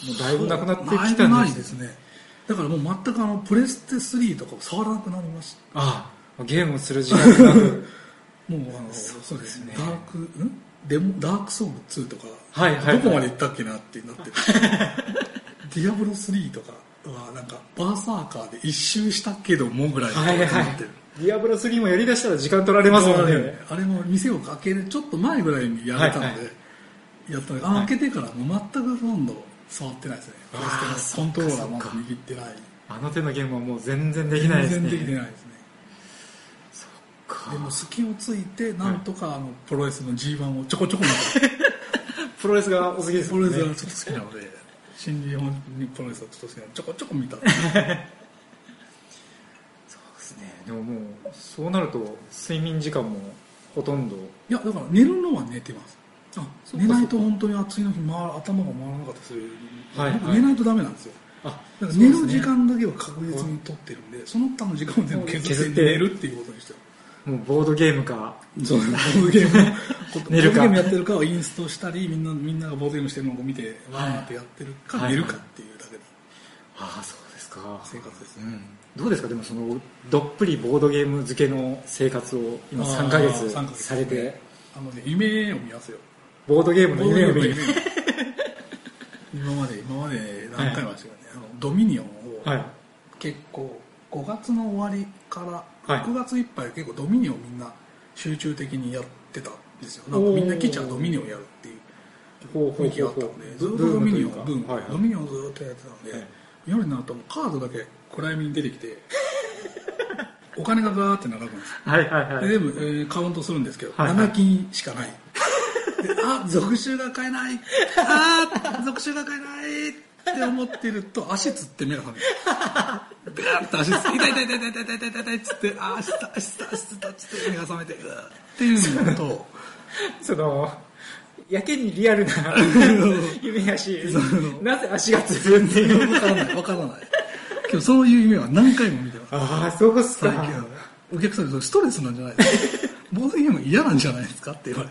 S2: もうだいぶなくなって
S3: だい
S2: き
S3: ぶ
S2: た
S3: なんい
S2: で
S3: ですす
S2: ね
S3: ねだからもう全くあのプレステ3とかを触らなくなりまし
S2: ああゲームをする時間がなく
S3: たもうあのそうですねダークんデモダークソウル2とか、
S2: はいはいはい
S3: どこまで行ったっけなってなって [LAUGHS] るディアブロ3とかはなんかバーサーカーで一周したけどもぐらいの
S2: [LAUGHS] はいはい
S3: 感じになってる
S2: ディアブロ3もやりだしたら時間取られますもんね
S3: あれも店を開けるちょっと前ぐらいにやれたので、
S2: はいは
S3: やったのであ開けてからもう全くほとんど触ってないですねプレステのコントローラーも握ってない
S2: あの手のゲームはもう全然できないです
S3: 全
S2: ね
S3: 然できてないですねでも隙をついてなんとかあのプロレスの G1 をちょこちょこ見て
S2: [LAUGHS] プロレスがお好きです
S3: プ
S2: も
S3: ロ
S2: ん
S3: レ
S2: ね
S3: スがちょっと好きなので新日本プロレスはちょっと好きなのでちょこちょこ見た
S2: でももうそうなると睡眠時間もほとんど
S3: いやだから寝るのは寝てます
S2: あ
S3: 寝ないと本当に暑いの日回る頭が回らなかったりする、
S2: はいはい
S3: 僕寝ないとダメなんですよ
S2: あ
S3: だから寝る時間だけは確実に取ってるんで、その他の時間を全部削
S2: 削
S3: っ
S2: ってて
S3: 寝るっていうことにしてる。
S2: もうボードゲームか
S3: そうボードゲームのこと、
S2: 寝るか
S3: ボードゲームやってるかをインストしたり、みんな、みんながボードゲームしてるのを見て、わーってやってるか、
S2: はい
S3: 寝るかっていうだけの
S2: ああそうですか
S3: 生活です
S4: う
S3: ね。
S4: ん
S2: どうですかでもそのどっぷりボードゲーム漬けの生活を今3ヶ
S3: あー三ヶ
S2: 月
S3: 月
S2: されて
S3: あのね、夢を見ますよ。
S2: ボードゲームの夢を見
S3: ボードゲーム
S2: る
S3: の夢を今まで、今まで何回もやりましたけどね、あの、ドミニオンを、
S2: はい
S3: 結構5月の終わりから
S2: はい
S3: 6月いっぱい結構ドミニオンみんな集中的にやってたんですよな
S2: おー
S3: んかみんな記者はドミニオンやるっていう
S2: ほうほう
S3: 雰囲気があ
S2: ほ
S3: っ
S2: う
S3: た
S2: ほ
S3: ので
S2: う
S3: ずっとドミニオンブームドミニオンをずっとやってたので、
S2: はい
S3: 夜になるともうカードだけ暗闇に出て
S2: [LAUGHS]
S3: きてお金がガーって並ぶんですよ
S2: はいはいは
S3: で
S2: い
S3: 全部、えーカウントするんですけど、
S2: はい
S3: 7金しかないであ続集が買えないあ続集が買えないって思ってると足つって目が覚めるビャーッと足つって痛い痛い痛い痛い痛い痛い痛い痛いっつってあ足つった足つった足つった足つって目が覚めてうわーっていうの
S2: [LAUGHS]
S3: と
S2: そのやけにリアル
S3: [LAUGHS]
S2: な夢やしなぜ足がつるんでいう
S3: 分からない分からない今日そういう夢は何回も見てます
S2: ああそうっす
S3: 最
S2: か
S3: 近はお客さんにそれストレスなんじゃないですかボードゲーム嫌なんじゃないですかって言われ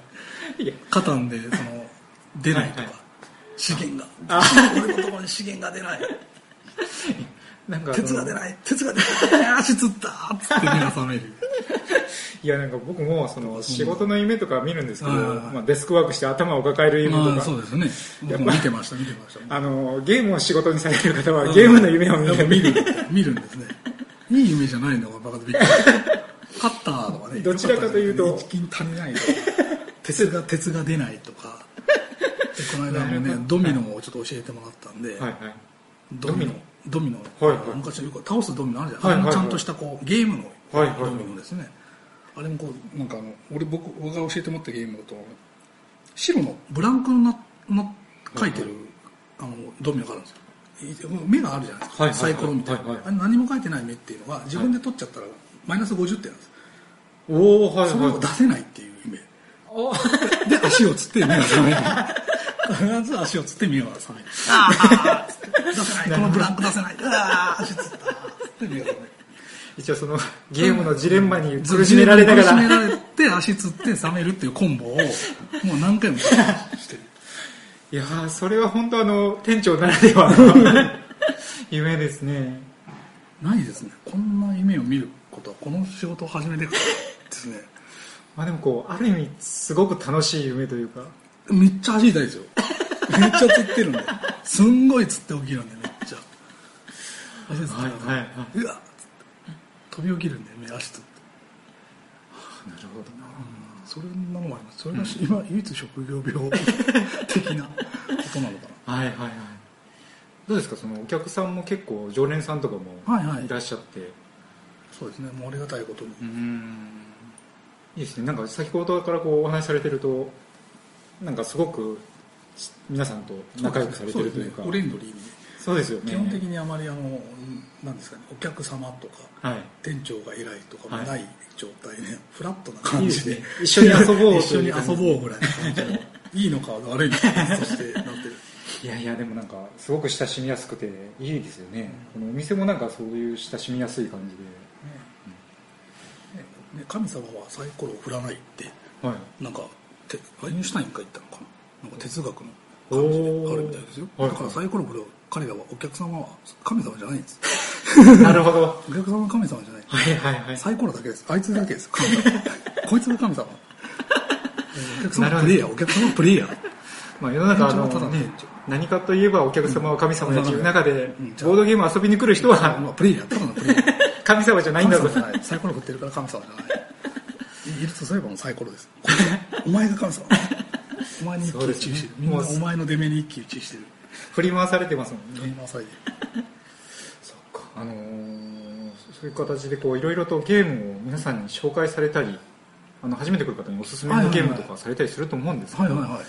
S3: て
S2: いや
S3: カタ
S2: [LAUGHS]
S3: ンでその出ないとか、
S2: はいはい
S3: 資源が俺のところに資源が出
S2: [LAUGHS]
S3: ない
S2: なんかあの
S3: 鉄が出ない鉄が出ない足つったーっつって目が覚める
S2: いやなんか僕もその仕事の夢とか見るんですけど、
S3: はいはいはい
S2: まあ、デスクワークして頭を抱える夢と
S3: まあ
S2: か、
S3: そうですね僕も見てました見てました
S2: あのゲームを仕事にされる方はゲームの夢を見
S3: やっぱ
S2: る
S3: 見る見る
S2: [LAUGHS]
S3: んですねいい夢じゃないのがバカでびっくりカッターとかね
S2: どちらかというと
S3: 良かったですね一金足
S2: [LAUGHS]
S3: りないとか鉄が鉄が出ないとかでこの間もねドミノをちょっと教えてもらったんで、
S2: はいはい
S3: ドミノドミノ、
S2: はいはい
S3: 昔よく倒すドミノあるじゃ
S2: はい
S3: ない
S2: はい
S3: で
S2: はい
S3: すかちゃんとしたこうゲームの
S2: はいはいはい
S3: ドミノですね、あれもこうなんかあの俺僕僕が教えてもらったゲームだと白のブランクのなな書いてる、あのドミノがあるんですよ目があるじゃないです
S2: はいは
S3: か、
S2: いはい
S3: サイコロみたいな、
S2: はいはい
S3: あれ何も書いてない目っていうのは自分で取っちゃったらマイナス50点なんです、
S2: おおはい
S3: それを
S2: は
S3: 出せないっていう夢で足をつって目が覚める必ず足をつって目が覚めるああ出せないこのブランク出せないああ足つったつって目が覚める
S2: い一応その [LAUGHS] ゲームのジレンマに苦しめられなが
S3: 苦しめ
S2: ら
S3: られて足つって覚めるっていうコンボをもう何回もしてる
S2: いやーそれは本当あの店長ならではの [LAUGHS] 夢ですね
S3: ないですねこんな夢を見ることはこの仕事を始めてからですね
S2: まあでもこうある意味すごく楽しい夢というか
S3: めっちゃ足痛いですよめっちゃつってるんですんごいつって起きるんでめっちゃ足つって
S2: はいはいはいう
S3: わっつって飛び起きるんでね足つって
S2: なるほどな
S3: それなのはありますそれがし、今唯一職業病
S2: [LAUGHS]
S3: 的なことなのか
S2: はいはいはいどうですかそのお客さんも結構常連さんとかも
S3: はいはい
S2: いらっしゃって、
S3: なそうですねもうありがたいことに、
S2: うーんいいですねなんか先ほどからこうお話しされてるとなんかすごく皆さんと仲良くされてるというか
S3: そうですねフレンドリーにね
S2: そうですよね
S3: 基本的にあまりあの何ですかねお客様とか
S2: はい
S3: 店長が偉いとかも
S2: は
S3: ない状態で、フラットな感じで
S2: いいですね一緒に遊ぼう
S3: 一緒に遊ぼうぐらいの感じのいいのか悪いのかそしてなってる
S2: いやいやでもなんかすごく親しみやすくていいですよね、このお店もなんかそういう親しみやすい感じで
S3: ねね神様はサイコロを振らないって
S2: はい
S3: なんかてアインシュタインが言ったのかななんか哲学の感じであるみたいですよ
S2: おー
S3: だからサイコロ振る彼らはお客様は神様じゃない
S2: [LAUGHS]
S3: んです
S2: [LAUGHS] なるほど。
S3: お客様は神様じゃない
S2: はいはいはい。
S3: サイコロだけですあいつだけです神様こいつが神様お客様はプレイヤーお客様はプレイヤー
S2: まあ世の中あ
S3: 延長はた
S2: の
S3: だの
S2: ね
S3: 延長、
S2: 何かといえばお客様は神様だという中で
S3: うん、
S2: ボードゲーム遊びに来る人は
S3: まあプレイヤーただのプレイヤー
S2: 神様じゃないん
S3: 神
S2: だぞ
S3: 様。じゃないサイコロ振ってるから神様じゃないいいるとすればもうサイコロですお前が神様お前に一喜一憂してる、みんな
S2: そうですねもう
S3: お前の出目に一喜一憂してる
S2: 振り回されてますもんね
S3: ご。めんなさい
S2: そっかあのーそういう形でこういろいろとゲームを皆さんに紹介されたりあの初めて来る方におすすめ
S3: はい
S2: の
S3: はいは
S2: ゲ
S3: い
S2: ームとかされたりすると思うんですけ
S3: はい
S2: ど、
S3: はいはい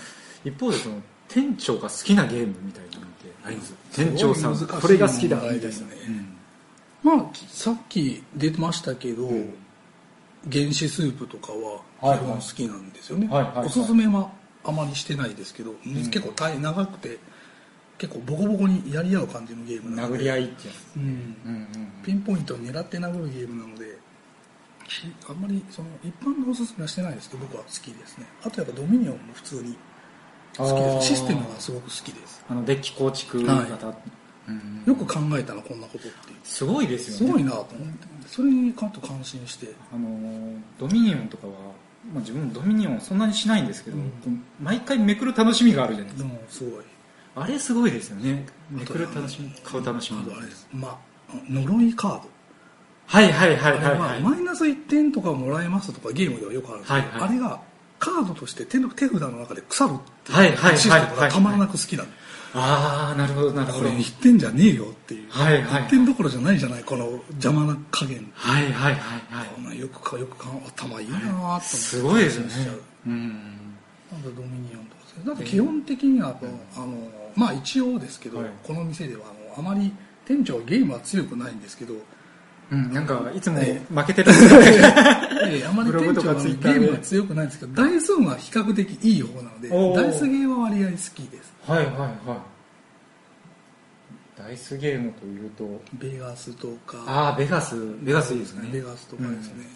S2: 一方でその店長が好きなゲームみたいなのってあります店長さん
S3: すごい難しい
S2: これが好きだみ
S3: 問
S2: たい
S3: 題
S2: な
S3: ですねまあさっき出てましたけど、原始スープとかは基本好きなんですよね、
S2: はいはいはい
S3: おすすめはあまりしてないですけど、結構大長くて結構ボコボコにやり合う感じのゲームなの
S2: 殴
S3: で
S2: り合いってやつ、
S3: うん
S2: うんうん
S3: ピンポイントを狙って殴るゲームなのでしあんまりその一般のおすすめはしてないですけど僕は好きですねあとやっぱドミニオンも普通に好き
S2: あー
S3: ですシステムがすごく好きです
S2: あのデッキ構築型、うん
S3: よく考えたらこんなことっていう
S2: すごいですよ
S3: す
S2: ね
S3: ごいなと思ってそれにかんと感心して
S2: あのドミニオンとかは、まあ、自分もドミニオンそんなにしないんですけど、
S3: うん
S2: こう毎回めくる楽しみがあるじゃないです
S3: で
S2: か、
S3: もすごい
S2: あれすごいですよねめ
S3: あと
S2: くる楽しみ買う楽しみ
S3: あとあれです、ま、呪いカード
S2: はいはいはい
S3: あ
S2: はい
S3: れ
S2: は
S3: はいマイナス1点とかもらえますとかゲームではよくあるんですけど、
S2: はいはい
S3: あれがカードとして手の手札の中で腐るって
S2: はいはいいう
S3: シス
S2: は
S3: テ
S2: い
S3: ム
S2: は
S3: が
S2: い
S3: たまらなく好きなんで
S2: ああなるほどなるほ
S3: こ
S2: ど
S3: れ
S2: はい
S3: 1点じゃねえよっていう、
S2: はいはい
S3: 1点どころじゃないじゃないこの邪魔な加減
S2: はいはいは
S3: こん
S2: い
S3: なんよくかよくか頭いいなーと思って
S2: すごいですよね
S3: 感心しちゃう
S2: うん
S3: なんかドミニオンとかですねなんか基本的にはあの、あのまあ一応ですけど、
S2: はい
S3: この店ではあのあまり店長はゲームは強くないんです
S2: [LAUGHS]
S3: けど、
S2: うんなんかいつも
S3: え
S2: 負けて [LAUGHS] るんですよね
S3: ええあまり
S2: ブ
S3: 店
S2: ログとか
S3: 長はゲ
S2: ツイッターで
S3: ームは強くないんですけど、ダイス運は比較的いい方なので、
S2: おー
S3: ダイスゲーは割合好きです。
S2: はいはいはいダイスゲームというと
S3: ベガスとか、
S2: ああベガスベガスいいですね
S3: ベガスとかですね、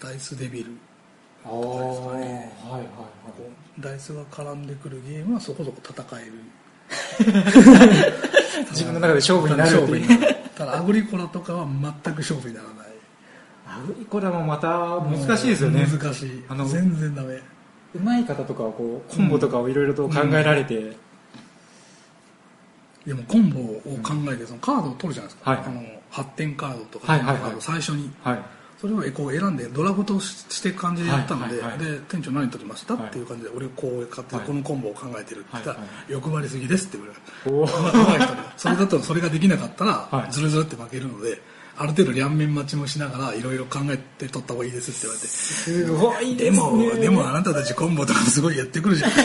S3: ダイスデビル。
S2: ああはいはいはい
S3: こうダイスが絡んでくるゲームはそこそこ戦える。
S2: 自分の中で勝負になる
S3: 勝
S2: と
S3: 負
S2: い
S3: に
S2: う
S3: なるただ、アグリコラとかは全く勝負にならない。
S2: アグリコラもまた難しいですよね
S3: 難しい。
S2: あの
S3: 全然ダメ。
S2: うまい方とかはこうコンボとかをいろいろと考えられて、
S3: でもコンボを考えて、そのカードを取るじゃないですか。
S2: はい
S3: あの発展カードとか、
S2: はいはいはい
S3: あの最初に
S2: はい
S3: それをこう選んでドラフトしして感じでやったので,、
S2: はいはいはい
S3: で店長何取りました、
S2: はい
S3: っていう感じで俺こう買って
S2: はい
S3: このコンボを考えてるって言ったら、
S2: はいは
S3: 欲張りすぎですって言われる
S2: おー
S3: うまい人だそれだとそれができなかった
S2: は
S3: ら
S2: い
S3: ズルズルって負けるので、ある程度両面待ちもしながらいろいろ考えて取った方がいいですって言われて
S2: すごい
S3: ですも
S2: ね
S3: でもあなたたちコンボとかすごいやってく
S2: [LAUGHS]
S3: るじゃない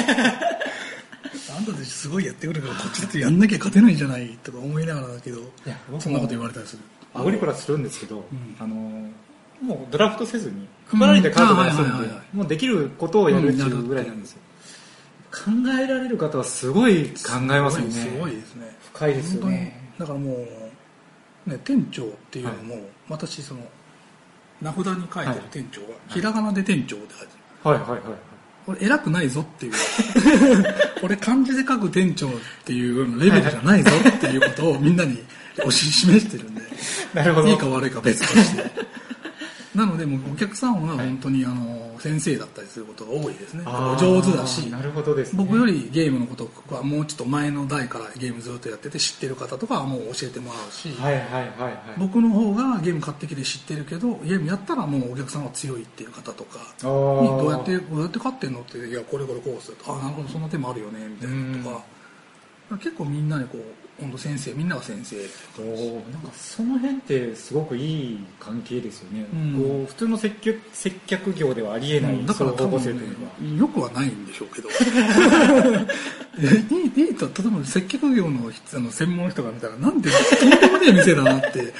S3: あんたたちすごいやってくるからこっちだってやんなきゃ勝てないじゃないとか思いながらだけど
S2: や僕も
S3: そんなこと言われたりする
S2: アグリコラするんですけど、
S3: ん
S2: あのもうドラフトせずに配られたカードで遊
S3: うんあは
S2: ん
S3: いはい
S2: で
S3: はいは
S2: もうできることをやるっていうぐらいなんですよ、考えられる方はすごい考えますよね
S3: すごいですね
S2: 深いですよね
S3: 本当にだからもう、ね、店長っていうのも、私その名札に書いてる店長が、ひらがなで店長って書いてる
S2: はいはいはいはい
S3: 俺偉くないぞって
S2: [LAUGHS]
S3: いう俺漢字で書く店長っていうレベルじゃないぞっていうことをみんなに押し示してるんで
S2: なるほど
S3: いいか悪いか別として [LAUGHS] なのでもうお客さんは本当にあの先生だったりすることが多いですね
S2: あー
S3: 上手だし
S2: なるほどですね
S3: 僕よりゲームのことはもうちょっと前の代からゲームずっとやってて知ってる方とかはもう教えてもらうし、
S2: はいはいはいはい
S3: 僕の方がゲーム買ってきて知ってるけどゲームやったらもうお客さんは強いっていう方とか
S2: あ
S3: に
S2: ー
S3: どうやってどうやって勝ってんのっていやこれこれこうするとあなるほどそんな手もあるよねみたいなとか結構みんなにこう本当先生みんなが先生
S2: おーなんかその辺ってすごくいい関係ですよね、
S3: うん
S2: こう普通の接客接客業ではありえない、
S3: だから
S2: そ
S3: 多
S2: の方向性
S3: 分、
S2: というか
S3: ね、よくはないんでしょうけど [LAUGHS] いいいいと例えば接客業の人あの専門の人が見たらなんてとんでもねえ店だなって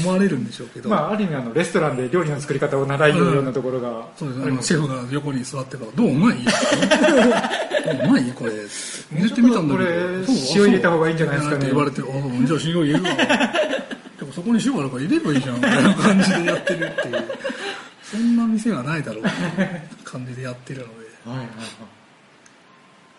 S3: 思われるんでしょうけど、
S2: まあ、ある意味あのレストランで料理の作り方を習いようようなところが、
S3: そうですねあのシェフが横に座ってから「どううまい? 」どううまいこれ」入れてみたんだけど
S2: もうちょっとこれ
S3: そ
S2: 塩
S3: う
S2: 入れた方がいいんじゃないですかね
S3: って言われて「ああじゃあ塩入れるわ」でもそこに塩あるから入れればいいじゃんみたいな感じでやってるっていうそんな店はないだろうっていう感じでやってるので
S2: はいはいはい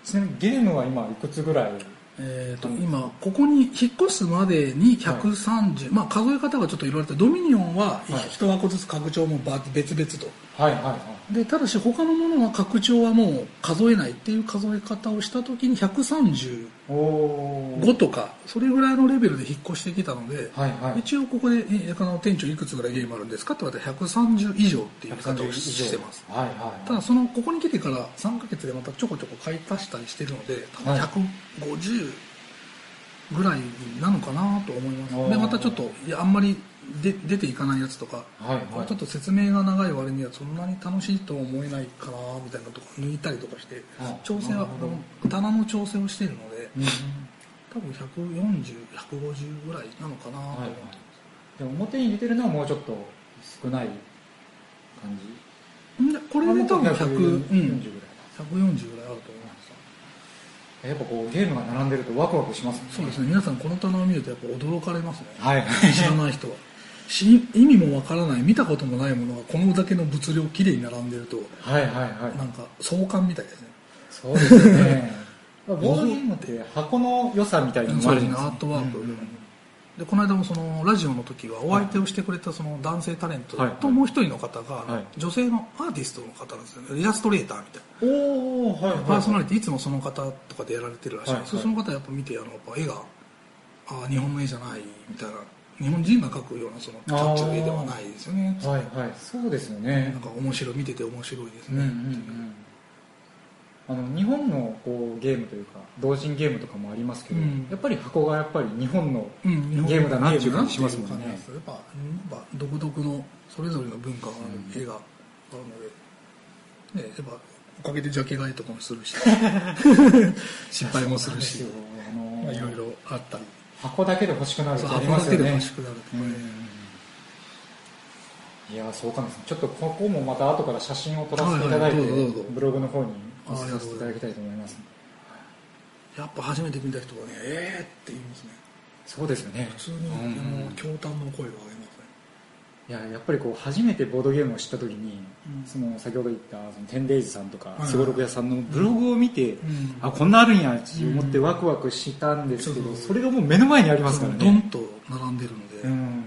S2: ちなみにゲームは今いくつぐらい
S3: えー、と今ここに引っ越すまでに130、まあ、数え方がちょっといろいろあってドミニオンは
S2: はい
S3: 1箱ずつ拡張もば別々と
S2: はいはいはい
S3: でただし他のものは拡張はもう数えないっていう数え方をした時に135
S2: おお
S3: とかそれぐらいのレベルで引っ越してきたので、
S2: はいはい
S3: 一応ここで「えあの店長いくつぐらいゲームあるんですか?」って言われて130以上っていう感じをしてます
S2: はいはいはい
S3: ただそのここに来てから3ヶ月でまたちょこちょこ買い足したりしてるので多分150ぐらいなのかなと思います、
S2: おー
S3: でまたちょっといやあんまりで出ていかないやつとか、
S2: はい
S3: こ
S2: は
S3: れ
S2: い
S3: ちょっと説明が長い割にはそんなに楽しいとは思えないかなみたいなとこ抜いたりとかして
S2: あ
S3: 調整
S2: な
S3: は
S2: るほど
S3: あの棚の調整をしているので
S2: うん
S3: 多分140150ぐらいなのかなと
S2: はい
S3: 思
S2: は
S3: う
S2: いでも表に入れてるのはもうちょっと少ない感じ
S3: んでこれで多分100、う
S2: 140ぐらい
S3: ん、140ぐらいあると思います
S2: やっぱこうゲームが並んでるとワクワクしますね
S3: そうですね皆さんこの棚を見るとやっぱ驚かれますね
S2: はい
S3: 知らない人はし意味もわからない見たこともないものがこのだけの物量きれいに並んでると
S2: はいはいはい
S3: なんか壮観みたいですね
S2: そうです [LAUGHS] ねボードゲームって箱の良さみたいなのも
S3: そ
S2: あ
S3: う
S2: る
S3: です
S2: んで
S3: ね
S2: す
S3: ア
S2: ね
S3: ートワーク、でこの間もそのラジオの時はお相手をしてくれたその男性タレント
S2: はいはい
S3: ともう一人の方が、
S2: はい
S3: 女性のアーティストの方なんですよねイラストレーターみたいな
S2: おおはいはい
S3: パーソナリティいつもその方とかでやられてるらしいんです、
S2: はいはい
S3: その方やっぱ見てあのやっぱ絵があー日本の絵じゃないみたいな日本人が描くようなそのタッチの絵ではないですよね
S2: はいはいそうですよね
S3: なんか面白い見てて面白いです
S2: うんうん
S3: ね、
S2: うんあの日本のこうゲームというか同人ゲームとかもありますけど、
S3: うん
S2: やっぱり箱がやっぱり日本の
S3: うん日本
S2: ゲームだなっていう感じしますもんね
S3: ゲームだなっていう感じですやっぱやっぱ独特のそれぞれの文化がある絵があるので、ね、やっぱおかげでジャケ買いとかもす
S2: [LAUGHS]
S3: るし失敗もするし
S2: そうですよあの
S3: まあいろいろあったり
S2: 箱だけで欲しくなる
S3: そう
S2: あり
S3: 箱
S2: ま
S3: だ
S2: す
S3: け
S2: よ
S3: で
S2: ね
S3: 欲しくなるとかね、
S2: いやーそうかもですねちょっとここもまた後から写真を撮らせていただいて、
S3: はいはいどうぞどうぞ
S2: ブログの方に載せさせていただきたいと思います
S3: やっぱ初めて見た人がねえーって言いますね
S2: そうですよね
S3: 普通に、
S2: うんうん
S3: あの驚嘆の声を上げますね
S2: いややっぱりこう初めてボードゲームを知った時に、
S3: うん
S2: その先ほど言ったそのテンデイズさんとか
S3: いはい
S2: すごろく屋さんのブログを見て、
S3: ん
S2: あこんなあるんやって思ってワクワクしたんですけど、
S3: うん
S2: それがもう目の前にありますから
S3: ドン
S2: ね、
S3: と並んでるので、
S2: うん、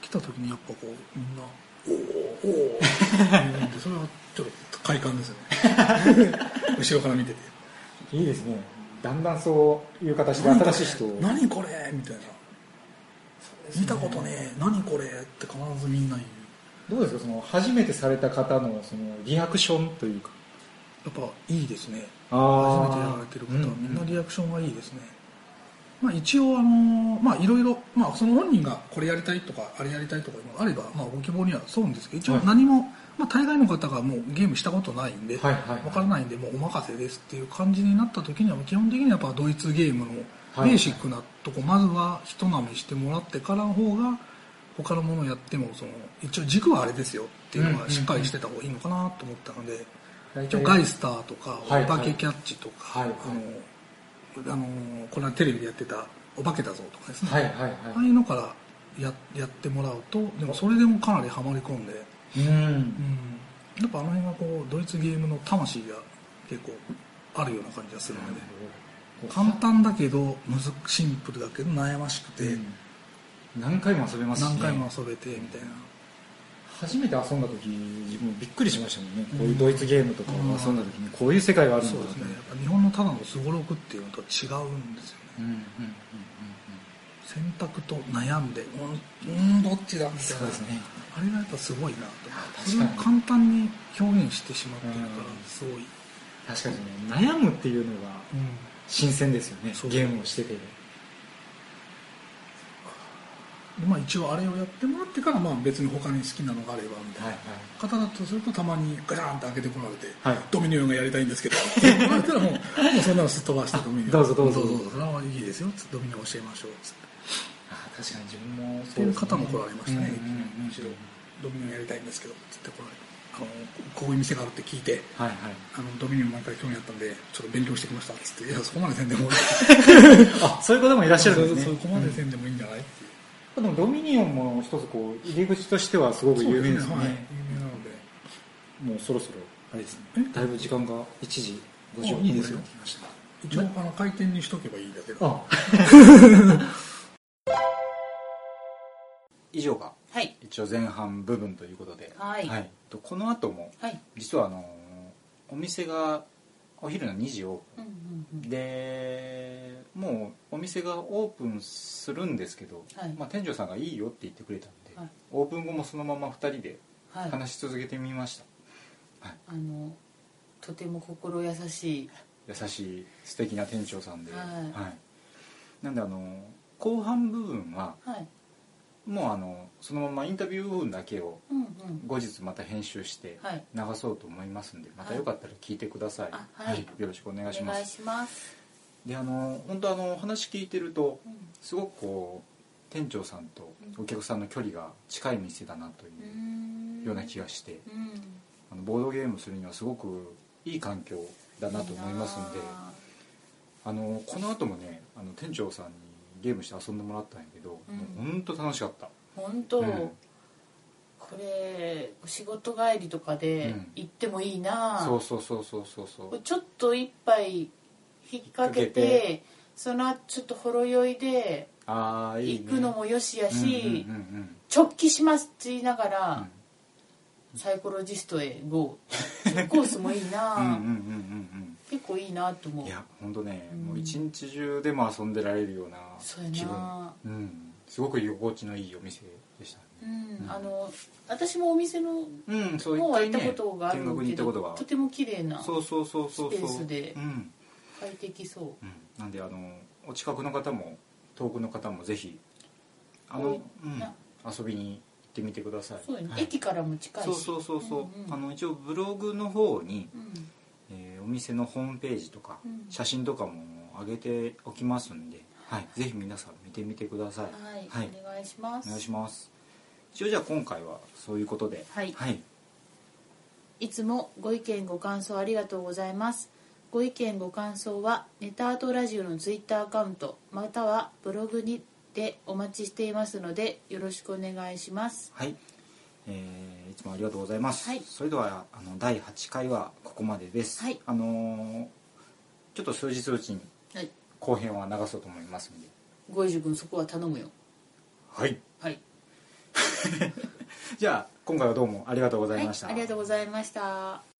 S3: 来た時にやっぱこうみんな「おーおーおーってそれはちょっと快感ですよ
S2: [LAUGHS]
S3: ね後ろから見てて
S2: いいですねだんだんそういう形で新しい人を
S3: 「何これ!」みたいな「見たことねえ何これ!」って必ずみんな言う
S2: どうですかその初めてされた方のそのリアクションというか
S3: やっぱいいですね初めてやら
S2: あ
S3: れてる方はみんなリアクションがいいですね、まあ、一応あのまあいろいろまあその本人がこれやりたいとかあれやりたいとかあればまあご希望にはそうですけど一応
S2: はい
S3: 何も、まあ、大概の方がもうゲームしたことないんで、
S2: はいはいはい
S3: わからないんでもうお任せですっていう感じになった時には基本的にはやっぱドイツゲームの
S2: はい
S3: ベーシックなとこ、まずは一舐めしてもらってからの方が他のものをやってもその一応軸はあれですよっていうのはしっかりしてた方がいいのかなと思ったので、
S2: 大
S3: 一応
S2: 体
S3: ガイスターとか、
S2: はい
S3: お化けキャッチとか、
S2: はい
S3: あのあのこれはテレビでやってた「お化けだぞ」とかですね、
S2: はいはいはい
S3: ああいうのからややってもらうとでもそれでもかなりはまり込んで、
S2: うん
S3: うん、やっぱあの辺がこうドイツゲームの魂が結構あるような感じがするので、簡単だけどむずシンプルだけど悩ましくて、
S2: うん何回も遊べますし、ね、
S3: 何回も遊べてみたいな、
S2: 初めて遊んだ時自分びっくりしましたもんね、こういうドイツゲームとかを遊んだ時にこういう世界があるんだ
S3: そう
S2: な
S3: です
S2: と
S3: ね
S2: 思っ
S3: や
S2: て
S3: っぱ日本のただのすごろくっていうのとは違うんですよね
S2: うんうんうんうんうん
S3: 選択と悩んでうん、うん、どっちだみたい
S2: そう
S3: な
S2: ですね
S3: あれがやっぱすごいなと
S2: かに
S3: それを簡単に表現してしまってるから
S2: うん
S3: すごい、
S2: 確かにね悩むっていうのが新鮮ですよね
S3: そう
S2: ゲームをしてて
S3: でまあ、一応あれをやってもらってから、まあ、別に他に好きなのがあればみたいな、方だとするとたまにガチャンって開けてこられて、
S2: はい
S3: ドミニオンがやりたいんですけどって言われたらもうもうそんなのすっ飛ばしてドミニ
S2: ど
S3: オン
S2: うぞどうぞ
S3: それはいいですよつってドミニオン教えましょうつって
S2: あ確かに自分も
S3: っていう方も来られましたね
S2: うんうんうん
S3: むしろドミニオンやりたいんですけどつって来られてあのこういう店があるって聞いて
S2: はいはい
S3: あのドミニオン毎回興味あったんでちょっと勉強してきましたっつっていやそこまでせんでもいい
S2: あそういう方もいらっしゃるんですね
S3: そこまでせんでもいいんじゃない、
S2: でもドミニオンも一つこう入り口としてはすごく有名ですね
S3: はい有名なので
S2: もうそろそろあれですねだいぶ時間が1時
S5: いいですよ。
S3: 一応あの回転にしとけばいいだけど
S5: あ、
S2: [LAUGHS] 以上が
S6: はい
S2: 一応前半部分ということで、
S6: はい
S2: とこの後も
S6: はい
S2: 実はあのお店がお昼の2時オ
S1: うん
S2: ープンでもうお店がオープンするんですけど、
S1: はい
S2: まあ、店長さんがいいよって言ってくれたんで、
S1: はい
S2: オープン後もそのまま2人で
S1: はい
S2: 話し続けてみました、
S1: あのとても心優しい
S2: 優しい素敵な店長さんで、
S1: はい
S2: いなんであの後半部分は
S1: はい
S2: もうあのそのままインタビュー部分だけを
S1: うんうん
S2: 後日また編集して
S1: はい
S2: 流そうと思いますんでまたよかったら聞いてください、
S1: あはい
S2: よろしくお願いし
S6: お
S2: ま
S6: 願い
S2: す
S6: します
S2: であの本当あの話聞いてると
S1: うん
S2: すごくこう店長さんとお客さんの距離が近い店だなというような気がして、
S1: うん
S2: あのボードゲームするにはすごくいい環境だなと思いますんで
S1: いいな
S2: あのこの後もねあの店長さんにゲームして遊んでもらったんやけど、
S1: うん
S2: もう本当楽しかった、
S1: 本当、
S2: うん
S1: これ仕事帰りとかで
S2: うん
S1: 行ってもいいな、
S2: そうそうそうそうそうそう
S1: ちょっと一杯引っ掛けて
S2: 引っ掛けて
S1: その後ちょっとほろ酔いで
S2: ああいい、
S1: 行
S2: ね、
S1: くのもよしやし、
S2: うんうんうん
S1: 直帰しますって言いなが
S2: う
S1: ら
S2: ん、
S1: サイコロジストへ GO コースもいいな、
S2: [LAUGHS] うんうんうんうん
S1: 結構いいなと
S2: う
S1: 思
S2: ん
S1: う
S2: いや本当ね、
S1: うん
S2: もう一日中でも遊んでられるような
S1: そうや
S2: 気分
S1: な
S2: うんすごく居心地のいいお店でした
S1: う
S2: ね
S1: ん、
S2: うん
S1: あの私もお店の
S2: うん、そう一
S1: もうは行
S2: 回
S1: ったこ
S2: ね
S1: とがある
S2: 見学に行
S1: け
S2: った
S1: ど
S2: ことが
S1: とても綺麗な
S2: そうそうそうそう
S1: スペー
S2: そう
S1: スで
S2: うん
S1: 快適そう
S2: うん、なんであのお近くの方も遠くの方もぜひあの、
S1: はい
S2: うん
S1: な
S2: 遊びに行ってみてください
S1: そうよね、
S2: はい
S1: 駅からも近いし
S2: そうそうそうそう、
S1: うんうん
S2: あの一応ブログの方に、
S1: うん
S2: えーお店のホームページとか、
S1: うん
S2: 写真とかも上げておきますんで、はい、ぜひ皆さん見てみてください、
S1: はい、
S2: はい
S1: お願いしま
S2: お
S1: す
S2: 願いします一応じゃあ今回はそういうことで
S6: はい
S2: はい、
S6: いつもご意見ご感想ありがとうございます。ご意見ご感想はネタアートラジオのツイッターアカウントまたはブログにてお待ちしていますのでよろしくお願いします。
S2: はいえーいつもありがとうございます、
S6: はい
S2: それではあの第8回はここまでです、
S6: はい
S2: あのーちょっと数日のうちに
S1: はい
S2: 後編は流そうと思いますんで
S1: ゴイジュ君そこは頼むよ
S2: はい
S1: はい
S2: じゃあ今回はどうもありがとうござ
S6: はいい
S2: ました、、
S6: ありがとうございました。